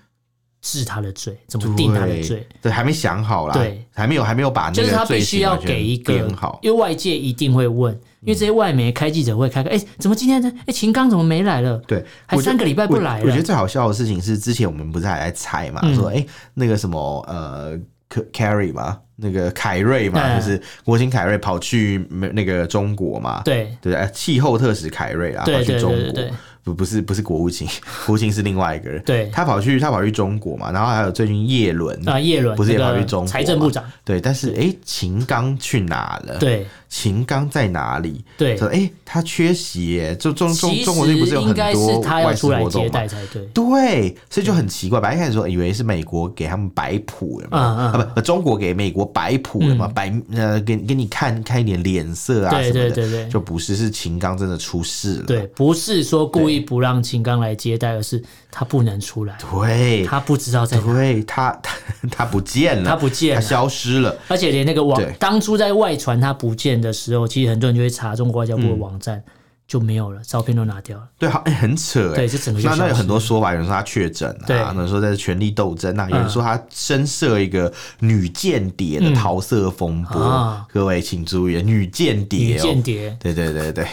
Speaker 1: 治他的罪，怎么定他的
Speaker 2: 对
Speaker 1: 罪。，
Speaker 2: 对，还没想好啦，
Speaker 1: 对，
Speaker 2: 还没有还没有把那
Speaker 1: 就是
Speaker 2: 个
Speaker 1: 他必
Speaker 2: 罪
Speaker 1: 须
Speaker 2: 行
Speaker 1: 要
Speaker 2: 完全
Speaker 1: 给一个
Speaker 2: 编好，，
Speaker 1: 因为外界一定会问，因为这些外媒开记者会开个，哎、怎么今天呢？哎、秦刚怎么没来了？
Speaker 2: 对，
Speaker 1: 还
Speaker 2: 我觉
Speaker 1: 三个礼拜不来
Speaker 2: 我。我觉得
Speaker 1: 了。
Speaker 2: 最好笑的事情是，之前我们不是还在猜嘛，
Speaker 1: 嗯
Speaker 2: 说哎、诶那个什么呃，K-，Carry 嘛，那个凯瑞嘛，
Speaker 1: 嗯
Speaker 2: 就是国兴凯瑞跑去美那个中国嘛。
Speaker 1: 对
Speaker 2: 对，哎气候特使凯瑞啊，
Speaker 1: 对
Speaker 2: 跑去
Speaker 1: 对
Speaker 2: 中
Speaker 1: 对对
Speaker 2: 国
Speaker 1: 对，
Speaker 2: 不不是不是国
Speaker 1: [laughs]
Speaker 2: 务卿，国务卿是另外一个人。
Speaker 1: 对
Speaker 2: 他跑去他跑去中国嘛，然后还有最近叶伦，
Speaker 1: 啊，叶伦
Speaker 2: 不是也
Speaker 1: 那
Speaker 2: 跑去
Speaker 1: 个
Speaker 2: 中国
Speaker 1: 财政部长，
Speaker 2: 对，但是哎，秦刚去哪了？， [laughs]
Speaker 1: 对
Speaker 2: 秦刚在哪里？
Speaker 1: 对
Speaker 2: 说，哎，他缺席耶，中中中
Speaker 1: 其实
Speaker 2: 中国队不是有
Speaker 1: 应
Speaker 2: 很
Speaker 1: 该是
Speaker 2: 多
Speaker 1: 他要
Speaker 2: 外事
Speaker 1: 出来
Speaker 2: 活
Speaker 1: 接
Speaker 2: 动嘛？
Speaker 1: 待嗯才对。
Speaker 2: 对，所以就很奇怪。本来一开始说以为是美国给他们摆谱了嘛，
Speaker 1: 嗯嗯
Speaker 2: 啊不，中国给美国摆谱了嘛，
Speaker 1: 嗯
Speaker 2: 摆呃给给你看看一点脸色啊什
Speaker 1: 对
Speaker 2: 么的，
Speaker 1: 对对对
Speaker 2: 就不是是秦刚真的出事了，
Speaker 1: 对，不是说故意不让秦刚来接待，而是他不能出来，
Speaker 2: 对
Speaker 1: 他不知道在哪，
Speaker 2: 对，他他 [laughs] 他不见了，
Speaker 1: 他不见了
Speaker 2: 他消失了，
Speaker 1: 而且连那个网
Speaker 2: 对
Speaker 1: 当初在外传他不见的时候，其实很多人就会查中国外交
Speaker 2: 嗯
Speaker 1: 部的网站，就没有了，照片都拿掉了。
Speaker 2: 对，好、哎很扯哎、
Speaker 1: 对这整个就
Speaker 2: 那
Speaker 1: 消
Speaker 2: 那有
Speaker 1: 失
Speaker 2: 很多说法，有人说他确诊啊，
Speaker 1: 对嗯
Speaker 2: 有人说这是权力斗争啊，有人说他深涉一个女间谍的桃色风波。
Speaker 1: 嗯啊
Speaker 2: 各位请注意，女间谍、
Speaker 1: 女
Speaker 2: 哦，
Speaker 1: 间谍，
Speaker 2: 对对对 [laughs] 对。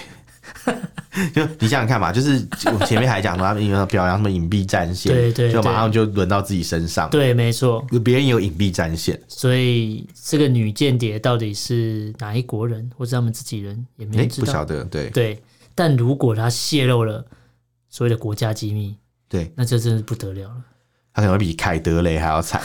Speaker 2: 就你想想看嘛，就是我前面还讲说他们因为表扬什么隐蔽战线，
Speaker 1: 对对
Speaker 2: 就马
Speaker 1: 对
Speaker 2: 上就轮到自己身上，
Speaker 1: 对，没错。
Speaker 2: 别人也有隐蔽战线，
Speaker 1: 所以这个女间谍到底是哪一国人，或是他们自己人，也没
Speaker 2: 哎、
Speaker 1: 人知
Speaker 2: 不
Speaker 1: 道。
Speaker 2: 晓得，对
Speaker 1: 对，但如果她泄露了所谓的国家机密，
Speaker 2: 对，
Speaker 1: 那这真是不得了了，
Speaker 2: 他可能会比凯德雷还
Speaker 1: [laughs]
Speaker 2: 要惨，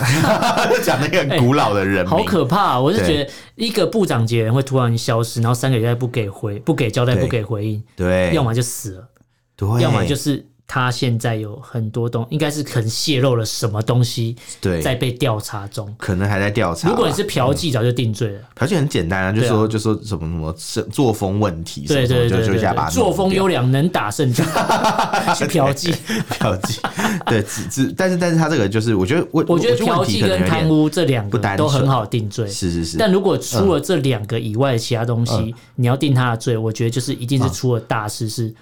Speaker 2: 讲那个很古老的人名，
Speaker 1: 好可怕啊、我是
Speaker 2: 对
Speaker 1: 觉得一个部长级的人会突然消失，然后三个礼拜不给回、不给交代、
Speaker 2: 对
Speaker 1: 不给回应，
Speaker 2: 对，
Speaker 1: 要么就死了，
Speaker 2: 对，
Speaker 1: 要么就是是他现在有很多东，应该是可能泄露了什么东西，
Speaker 2: 对，啊嗯
Speaker 1: 在被调查中。
Speaker 2: 可能还在调查吧。
Speaker 1: 如果你是嫖妓，早就定罪了。
Speaker 2: 而且很简单啊，就
Speaker 1: 对啊
Speaker 2: 说就说什么什么是作风问题，什
Speaker 1: 对
Speaker 2: 么什
Speaker 1: 对
Speaker 2: 么
Speaker 1: 对
Speaker 2: 就就
Speaker 1: 对
Speaker 2: 一下把
Speaker 1: 对，
Speaker 2: 它
Speaker 1: 作
Speaker 2: 弄
Speaker 1: 风
Speaker 2: 掉
Speaker 1: 优良，能打胜
Speaker 2: [laughs]
Speaker 1: 仗，去嫖妓。
Speaker 2: 嫖妓， [laughs] 对，只只但是但是他这个就是我觉得我
Speaker 1: 我觉得
Speaker 2: 问
Speaker 1: 嫖
Speaker 2: 题
Speaker 1: 妓
Speaker 2: 可能
Speaker 1: 跟
Speaker 2: 有点
Speaker 1: 贪污这两
Speaker 2: 不
Speaker 1: 个
Speaker 2: 单
Speaker 1: 都很
Speaker 2: 纯
Speaker 1: 好定罪，
Speaker 2: 是是是，嗯
Speaker 1: 但如果除了这两个以外的其他东西，你要定他的罪，我觉得就是一定是出了大事，是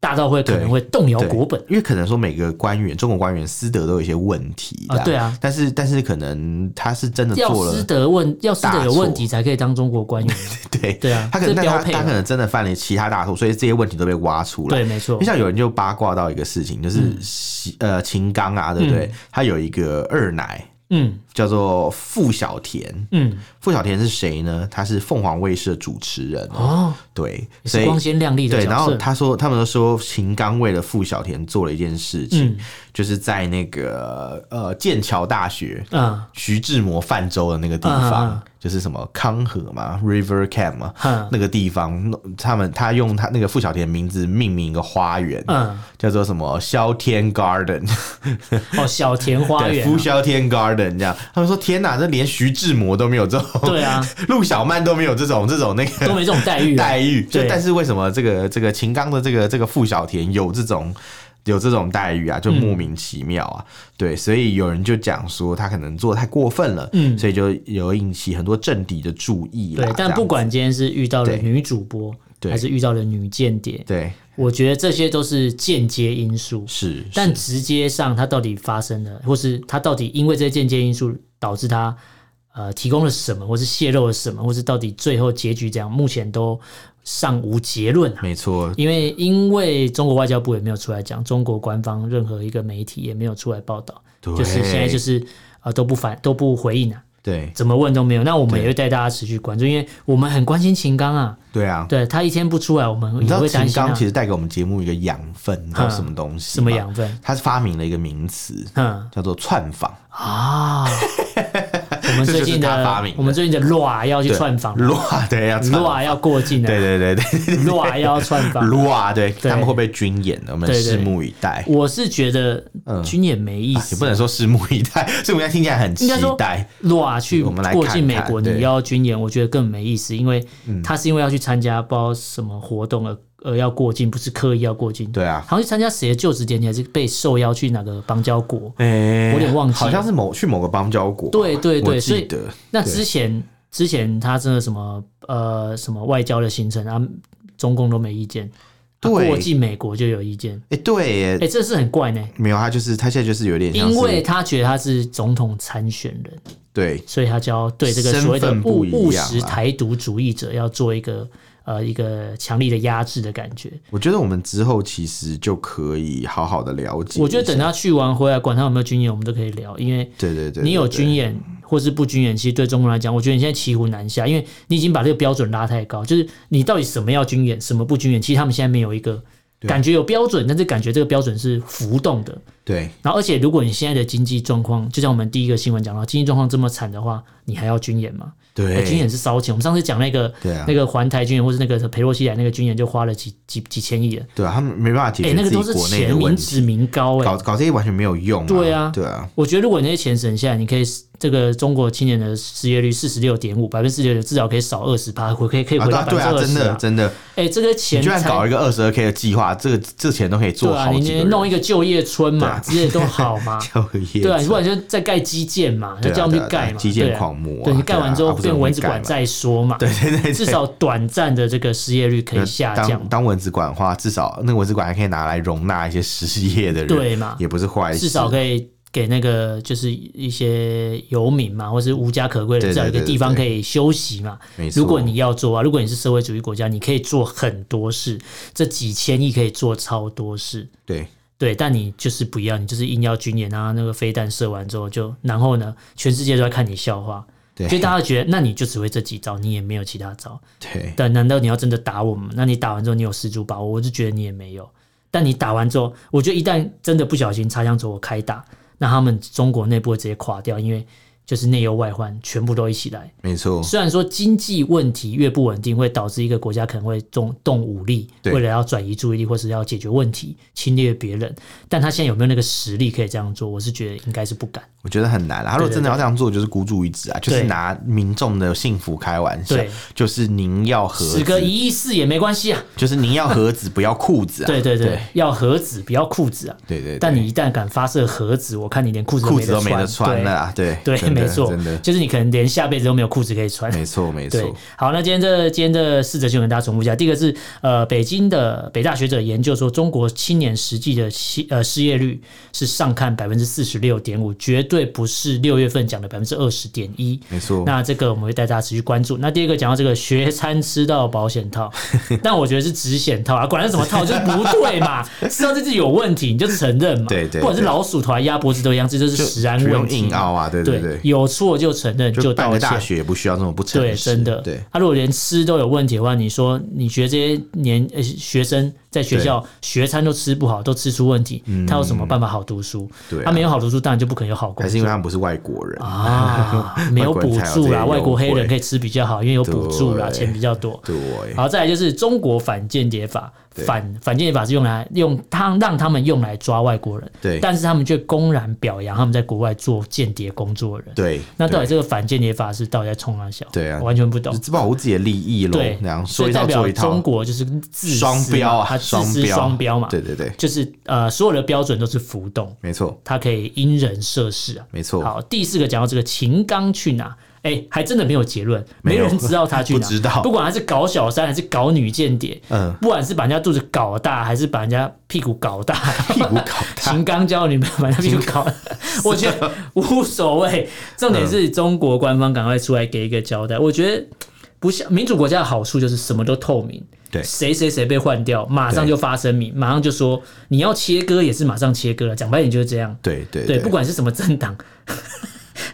Speaker 1: 大到会可能会动摇
Speaker 2: 嗯对
Speaker 1: 国本。
Speaker 2: 因为可能说每个官员，中国官员私德都有一些问题
Speaker 1: 啊
Speaker 2: 啦
Speaker 1: 对啊
Speaker 2: 但是但是可能他是真的
Speaker 1: 要
Speaker 2: 做
Speaker 1: 师
Speaker 2: 了，
Speaker 1: 德问，要师德
Speaker 2: 大
Speaker 1: 有
Speaker 2: 错
Speaker 1: 问题才可以当中国官员。
Speaker 2: [laughs] 对
Speaker 1: 对啊
Speaker 2: 他可能
Speaker 1: 这
Speaker 2: 但他
Speaker 1: 标配
Speaker 2: 他
Speaker 1: 了
Speaker 2: 可能真的犯了其他大错，所以这些问题都被挖出来。
Speaker 1: 对，没错嗯
Speaker 2: 就。像有人就八卦到一个事情，就是西、呃秦刚啊，对不对？他有一个二奶
Speaker 1: 嗯
Speaker 2: 叫做傅小田，
Speaker 1: 嗯，
Speaker 2: 傅小田是谁呢？他是凤凰卫视的主持人哦，
Speaker 1: 哦，
Speaker 2: 对，
Speaker 1: 也
Speaker 2: 所
Speaker 1: 是
Speaker 2: 以
Speaker 1: 光鲜亮丽的
Speaker 2: 对，然
Speaker 1: 角
Speaker 2: 后
Speaker 1: 色。
Speaker 2: 他说，他们都说秦刚为了傅小田做了一件事情，
Speaker 1: 嗯
Speaker 2: 就是在那个呃剑桥大学。
Speaker 1: 嗯
Speaker 2: 徐志摩泛舟的那个地方，
Speaker 1: 嗯嗯嗯
Speaker 2: 就是什么康河嘛，River Cam 嘛，
Speaker 1: 嗯
Speaker 2: 那个地方，他们他用他那个傅小田的名字命名一个花园，
Speaker 1: 嗯，
Speaker 2: 叫做什么萧天 Garden，
Speaker 1: 哦，小田花
Speaker 2: 对，
Speaker 1: 园
Speaker 2: 傅
Speaker 1: 啊。
Speaker 2: 萧天 Garden 这样。他们说天哪，这连徐志摩都没有这种，
Speaker 1: 对啊，
Speaker 2: [laughs] 陆小曼都没有这种这种那个
Speaker 1: 都没这种待遇啊。
Speaker 2: [laughs] 待遇。就
Speaker 1: 对
Speaker 2: 但是为什么这个这个秦刚的这个这个傅小田有这种有这种待遇啊？
Speaker 1: 嗯
Speaker 2: 就莫名其妙啊。对，所以有人就讲说他可能做得太过分了，
Speaker 1: 嗯
Speaker 2: 所以就有引起很多政敌的注意啦。
Speaker 1: 对，
Speaker 2: 这
Speaker 1: 但
Speaker 2: 样
Speaker 1: 不管今天是遇到了
Speaker 2: 对
Speaker 1: 女主播，
Speaker 2: 对
Speaker 1: 还是遇到了女间谍，
Speaker 2: 对，
Speaker 1: 我觉得这些都是间接因素。
Speaker 2: 是，
Speaker 1: 但
Speaker 2: 是
Speaker 1: 直接上它到底发生了，或是它到底因为这些间接因素导致它呃提供了什么，或是泄露了什么，或是到底最后结局怎样，目前都尚无结论啊。
Speaker 2: 没错，
Speaker 1: 因为因为中国外交部也没有出来讲，中国官方任何一个媒体也没有出来报道，
Speaker 2: 对
Speaker 1: 就是现在就是呃都不反都不回应啊，
Speaker 2: 对，
Speaker 1: 怎么问都没有。那我们
Speaker 2: 对
Speaker 1: 也会带大家持续关注，因为我们很关心秦刚啊，
Speaker 2: 对啊。
Speaker 1: 对他一天不出来，我们
Speaker 2: 你知
Speaker 1: 也
Speaker 2: 道
Speaker 1: 会担
Speaker 2: 秦
Speaker 1: 心
Speaker 2: 刚
Speaker 1: 啊
Speaker 2: 其。实带给我们节目一个养分，你知道
Speaker 1: 嗯
Speaker 2: 什么东西？
Speaker 1: 什么养？分？
Speaker 2: 他发明了一个名词，
Speaker 1: 嗯
Speaker 2: 叫做串访。
Speaker 1: 啊，我们最近
Speaker 2: [laughs] 这就是他发
Speaker 1: 的
Speaker 2: 明的
Speaker 1: 我们最近的 LUA 要去
Speaker 2: 对
Speaker 1: 串访
Speaker 2: 乱对要串
Speaker 1: ，LUA 要过境了
Speaker 2: 对对对对对
Speaker 1: ，LUA 要串
Speaker 2: [laughs]
Speaker 1: 访。
Speaker 2: 乱对，
Speaker 1: 对
Speaker 2: 他们会被军演的，我们
Speaker 1: 对对
Speaker 2: 拭目以待。
Speaker 1: 我是觉得
Speaker 2: 嗯
Speaker 1: 军演没意
Speaker 2: 啊也
Speaker 1: 思
Speaker 2: 不，能说拭目以待， [laughs] 拭目以待听起来很期
Speaker 1: 应该说
Speaker 2: 待。
Speaker 1: LUA 去
Speaker 2: 我们来
Speaker 1: 过境美国，
Speaker 2: 看看对嗯
Speaker 1: 你要军演，我觉得更没意思，因为他是因为要去参加不知道什么活动而而要过境，不是刻意要过境。
Speaker 2: 对啊
Speaker 1: 好像去参加谁的就职典礼，还是被受邀去哪个邦交国？
Speaker 2: 哎
Speaker 1: 我有点忘记了
Speaker 2: 好像是某去某个邦交国吧。
Speaker 1: 对对对
Speaker 2: 我
Speaker 1: 所
Speaker 2: 记
Speaker 1: 以
Speaker 2: 得
Speaker 1: 那
Speaker 2: 对
Speaker 1: 之前之前他真的什么呃什么外交的行程啊，中共都没意见，他
Speaker 2: 对
Speaker 1: 过境美国就有意见，
Speaker 2: 哎，对
Speaker 1: 哎、
Speaker 2: 耶，
Speaker 1: 这是很怪呢，
Speaker 2: 没有他就是他现在就是有点像是，
Speaker 1: 因为他觉得他是总统参选人，
Speaker 2: 对
Speaker 1: 所以他就要对这个
Speaker 2: 身份
Speaker 1: 所谓的务
Speaker 2: 不一样啊
Speaker 1: 务实台独主义者要做一个呃一个强力的压制的感觉。
Speaker 2: 我觉得我们之后其实就可以好好的了解一下。
Speaker 1: 我觉得等他去完回来，管他有没有军演，我们都可以聊，因为。
Speaker 2: 对对对，
Speaker 1: 你有
Speaker 2: 对对
Speaker 1: 军演或是不军演，其实对中国来讲，我觉得你现在骑虎难下，因为你已经把这个标准拉太高，就是你到底什么要军演，什么不军演，其实他们现在没有一个感觉有标准，但是感觉这个标准是浮动的。
Speaker 2: 对
Speaker 1: 然后，而且如果你现在的经济状况，就像我们第一个新闻讲到，经济状况这么惨的话，你还要军演吗？
Speaker 2: 对
Speaker 1: 军演是烧钱。我们上次讲那个、
Speaker 2: 对啊
Speaker 1: 那个环台军演，或是那个裴洛西来那个军演，就花了几几几千亿了。
Speaker 2: 对啊，他们没办法解
Speaker 1: 哎、
Speaker 2: 决
Speaker 1: 那
Speaker 2: 自
Speaker 1: 个
Speaker 2: 己
Speaker 1: 都是
Speaker 2: 国内的
Speaker 1: 钱
Speaker 2: 问
Speaker 1: 民
Speaker 2: 题，
Speaker 1: 脂民膏哎、
Speaker 2: 搞搞这些完全没有用。
Speaker 1: 对啊
Speaker 2: 对啊，
Speaker 1: 我觉得如果你那些钱省下来，你可以这个中国青年的失业率四十六点五，百分之四十六，至少可以少二十趴，回可以可以
Speaker 2: 啊
Speaker 1: 回
Speaker 2: 对
Speaker 1: 到
Speaker 2: 啊，
Speaker 1: 百分
Speaker 2: 对
Speaker 1: 之
Speaker 2: 啊，
Speaker 1: 二
Speaker 2: 真
Speaker 1: 十
Speaker 2: 的真的，
Speaker 1: 哎、这个
Speaker 2: 你
Speaker 1: 钱
Speaker 2: 居然
Speaker 1: 才
Speaker 2: 搞一个二十二 k 的计划，这个这钱都可以
Speaker 1: 对
Speaker 2: 做
Speaker 1: 啊，
Speaker 2: 好
Speaker 1: 你
Speaker 2: 几个
Speaker 1: 你
Speaker 2: 人。。
Speaker 1: 弄一个就业村嘛，之类都好嘛
Speaker 2: 就 [laughs] 业
Speaker 1: 对啊，
Speaker 2: 者
Speaker 1: 你不然就再盖基建嘛，
Speaker 2: 对
Speaker 1: 就
Speaker 2: 啊
Speaker 1: 叫他们
Speaker 2: 对啊
Speaker 1: 去盖
Speaker 2: 对啊
Speaker 1: 嘛，
Speaker 2: 基建
Speaker 1: 对啊
Speaker 2: 狂魔啊
Speaker 1: 对你盖完之
Speaker 2: 对
Speaker 1: 后
Speaker 2: 啊啊不是
Speaker 1: 变
Speaker 2: 很
Speaker 1: 蚊
Speaker 2: 会
Speaker 1: 子
Speaker 2: 盖
Speaker 1: 馆
Speaker 2: 嘛
Speaker 1: 再说嘛，
Speaker 2: [laughs] 对对对对，
Speaker 1: 至少短暂的这个失业率可以下降
Speaker 2: 当。当蚊子馆的话，至少那个蚊子馆还可以拿来容纳一些失业的人，
Speaker 1: 对嘛
Speaker 2: 也不是坏事，
Speaker 1: 至少可以给那个就是一些游民嘛，或是无家可归的，
Speaker 2: 对
Speaker 1: 至
Speaker 2: 对
Speaker 1: 少有一个
Speaker 2: 对对
Speaker 1: 地方可
Speaker 2: 对
Speaker 1: 以休息嘛
Speaker 2: 没。错
Speaker 1: 如果你要做啊，如果你是社会主义国家，你可以做很多事，这几千亿可以做超多事。
Speaker 2: 对
Speaker 1: 对，但你就是不要，你就是硬要军演啊，那个飞弹射完之后就，然后呢，全世界都在看你笑话，
Speaker 2: 对
Speaker 1: 所以大家觉得，那你就只会这几招，你也没有其他招。
Speaker 2: 对
Speaker 1: 但难道你要真的打我们？那你打完之后，你有十足把握？我就觉得你也没有。但你打完之后，我觉得一旦真的不小心擦枪走火开打，那他们中国内部会直接垮掉，因为就是内忧外患全部都一起来。
Speaker 2: 没错，
Speaker 1: 虽然说经济问题越不稳定，会导致一个国家可能会动动武力，
Speaker 2: 对
Speaker 1: 为了要转移注意力或是要解决问题、侵略别人，但他现在有没有那个实力可以这样做？我是觉得应该是不敢。
Speaker 2: 我觉得很难啊。他如果真的要这样做，就是孤注一掷啊，就是
Speaker 1: 对
Speaker 2: 拿民众的幸福开玩笑
Speaker 1: 对，
Speaker 2: 就是您要盒
Speaker 1: 死个一
Speaker 2: 子，
Speaker 1: 亿四也没关系啊！
Speaker 2: 就是您要盒子，不要裤子
Speaker 1: [laughs]
Speaker 2: 啊。
Speaker 1: 对对对，
Speaker 2: 对
Speaker 1: 要核子不要裤子啊！
Speaker 2: 对对，
Speaker 1: 但你一旦敢发射核子，我看你连裤子
Speaker 2: 裤子都没得
Speaker 1: 得
Speaker 2: 穿
Speaker 1: 穿
Speaker 2: 了啊，对
Speaker 1: 对，对，
Speaker 2: 真的
Speaker 1: [laughs] 没错
Speaker 2: 真的，
Speaker 1: 就是你可能连下辈子都没有裤子可以穿。
Speaker 2: 没错没
Speaker 1: [laughs] 对
Speaker 2: 错，，
Speaker 1: 好，那今天这今天这四则新闻跟大家重复一下。第一个是呃，北京的北大学者研究说，中国青年实际的失呃失业率是上看百分之四十六点五，绝对不是六月份讲的百分之二十点一。
Speaker 2: 没错。
Speaker 1: 那这个我们会带大家持续关注。那第二个讲到这个学餐吃到保险套， [laughs] 但我觉得是止险套啊，管它什么套就是不对
Speaker 2: [laughs]
Speaker 1: 嘛，知道自己有问题你就承认嘛，
Speaker 2: 对对对
Speaker 1: 或者是老鼠头还压脖子都一样，这就是
Speaker 2: 就
Speaker 1: 食安
Speaker 2: 不
Speaker 1: 问
Speaker 2: 用
Speaker 1: 题
Speaker 2: 硬
Speaker 1: 嘛。
Speaker 2: 凹啊，对
Speaker 1: 对
Speaker 2: 对，
Speaker 1: 有错就承认
Speaker 2: 就办
Speaker 1: 道
Speaker 2: 个大
Speaker 1: 歉。
Speaker 2: 学也不需要这么不诚
Speaker 1: 对，
Speaker 2: 实，
Speaker 1: 真的。
Speaker 2: 对，
Speaker 1: 他、如果连吃都有问题的话，你说你觉得这些年呃学生在学校学餐都吃不好，都吃出问题，他有什么办法好读书？
Speaker 2: 嗯对啊
Speaker 1: 他没有好读书，当然就不可能有好工
Speaker 2: 还
Speaker 1: 作
Speaker 2: 是。因为他们不是外国人 [laughs]
Speaker 1: 啊，没有补助啦，
Speaker 2: 外
Speaker 1: 外
Speaker 2: 国
Speaker 1: 国
Speaker 2: 人才有这个优惠
Speaker 1: 黑人可以吃比较好，因为有补助啦，
Speaker 2: 对
Speaker 1: 钱比较多。
Speaker 2: 对，
Speaker 1: 好，再来就是中国反间谍法，反反间谍法是用来用他让他们用来抓外国人，
Speaker 2: 对
Speaker 1: 但是他们却公然表扬他们在国外做间谍工作的人。
Speaker 2: 对，
Speaker 1: 那到底
Speaker 2: 对
Speaker 1: 这个反间谍法是到底在冲哪小？
Speaker 2: 对啊
Speaker 1: 我完全不懂
Speaker 2: 就。自保护自己的利益喽
Speaker 1: 对，
Speaker 2: 那样，
Speaker 1: 所
Speaker 2: 说一
Speaker 1: 以
Speaker 2: 套
Speaker 1: 代
Speaker 2: 做
Speaker 1: 表
Speaker 2: 一套，
Speaker 1: 中国就是自私嘛
Speaker 2: 双标啊，
Speaker 1: 它自
Speaker 2: 双
Speaker 1: 私
Speaker 2: 标
Speaker 1: 双标嘛，
Speaker 2: 对，对对，
Speaker 1: 就是呃，所有的标准都是浮动，
Speaker 2: 没错
Speaker 1: [laughs] 它可以因人设事啊。
Speaker 2: 没错，
Speaker 1: 好，第四个讲到这个秦刚去哪？哎、哎、还真的没有结论，
Speaker 2: 没
Speaker 1: 没
Speaker 2: 有
Speaker 1: 人知道他去哪，
Speaker 2: [laughs] 不知道
Speaker 1: 不管他是搞小三还是搞女间谍，
Speaker 2: 嗯
Speaker 1: 不管是把人家肚子搞大，还是把人家屁股搞大，屁
Speaker 2: 股搞大
Speaker 1: [laughs] 秦刚交女朋友把人家屁股
Speaker 2: [laughs]
Speaker 1: 搞大，我觉得无所谓，重点
Speaker 2: 嗯
Speaker 1: 是中国官方赶快出来给一个交代，我觉得。不像民主国家的好处就是什么都透明，
Speaker 2: 对
Speaker 1: 谁谁谁被换掉，马上
Speaker 2: 对
Speaker 1: 就发声明，马上就说你要切割也是马上切割了，讲白点就是这样。
Speaker 2: 对对
Speaker 1: 对，不管是什么政党， [laughs]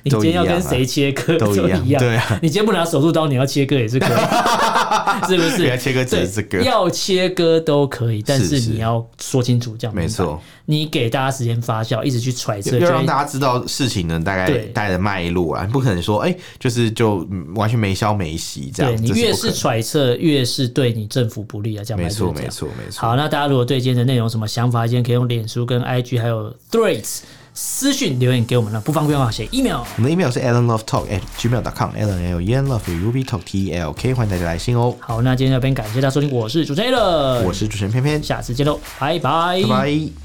Speaker 1: 你今
Speaker 2: 都一
Speaker 1: 天
Speaker 2: 样啊
Speaker 1: 要跟谁切割
Speaker 2: 都一
Speaker 1: [laughs]
Speaker 2: 样
Speaker 1: 一样，
Speaker 2: 对啊
Speaker 1: 你今天不拿手术刀，你要切割也是
Speaker 2: [laughs]
Speaker 1: 可以， [laughs] 是不是？
Speaker 2: 不要切割只是这个
Speaker 1: 对要切割都可以，但
Speaker 2: 是
Speaker 1: 是
Speaker 2: 是
Speaker 1: 你要说清楚，这样
Speaker 2: 没
Speaker 1: 明白
Speaker 2: 错。
Speaker 1: 你给大家时间发酵，一直去揣测，
Speaker 2: 要
Speaker 1: 就
Speaker 2: 让
Speaker 1: 会
Speaker 2: 大家知道事情的大概
Speaker 1: 对
Speaker 2: 大概的脉络啊，你不可能说哎、就是就嗯完全没消没息这样
Speaker 1: 对，你
Speaker 2: 这
Speaker 1: 越
Speaker 2: 不可
Speaker 1: 是
Speaker 2: 能
Speaker 1: 揣测，越是对你政府不利啊，这样
Speaker 2: 没错
Speaker 1: 白就是这
Speaker 2: 没
Speaker 1: 样
Speaker 2: 错没错。
Speaker 1: 好，那大家如果对今天的内容有什么想法，今天可以用脸书跟 IG 还有 Threads 私讯留言给我们了，不方便的话写 email。
Speaker 2: 我们的 email 是 allenlovetalk at gmail.com，allen l e n love u b talk t e l k，欢迎大家来信哦。
Speaker 1: 好，那今天这边感谢大家收听，我是主持人 a l
Speaker 2: 我是主持人偏偏，
Speaker 1: 下次见喽，拜拜，
Speaker 2: 拜拜。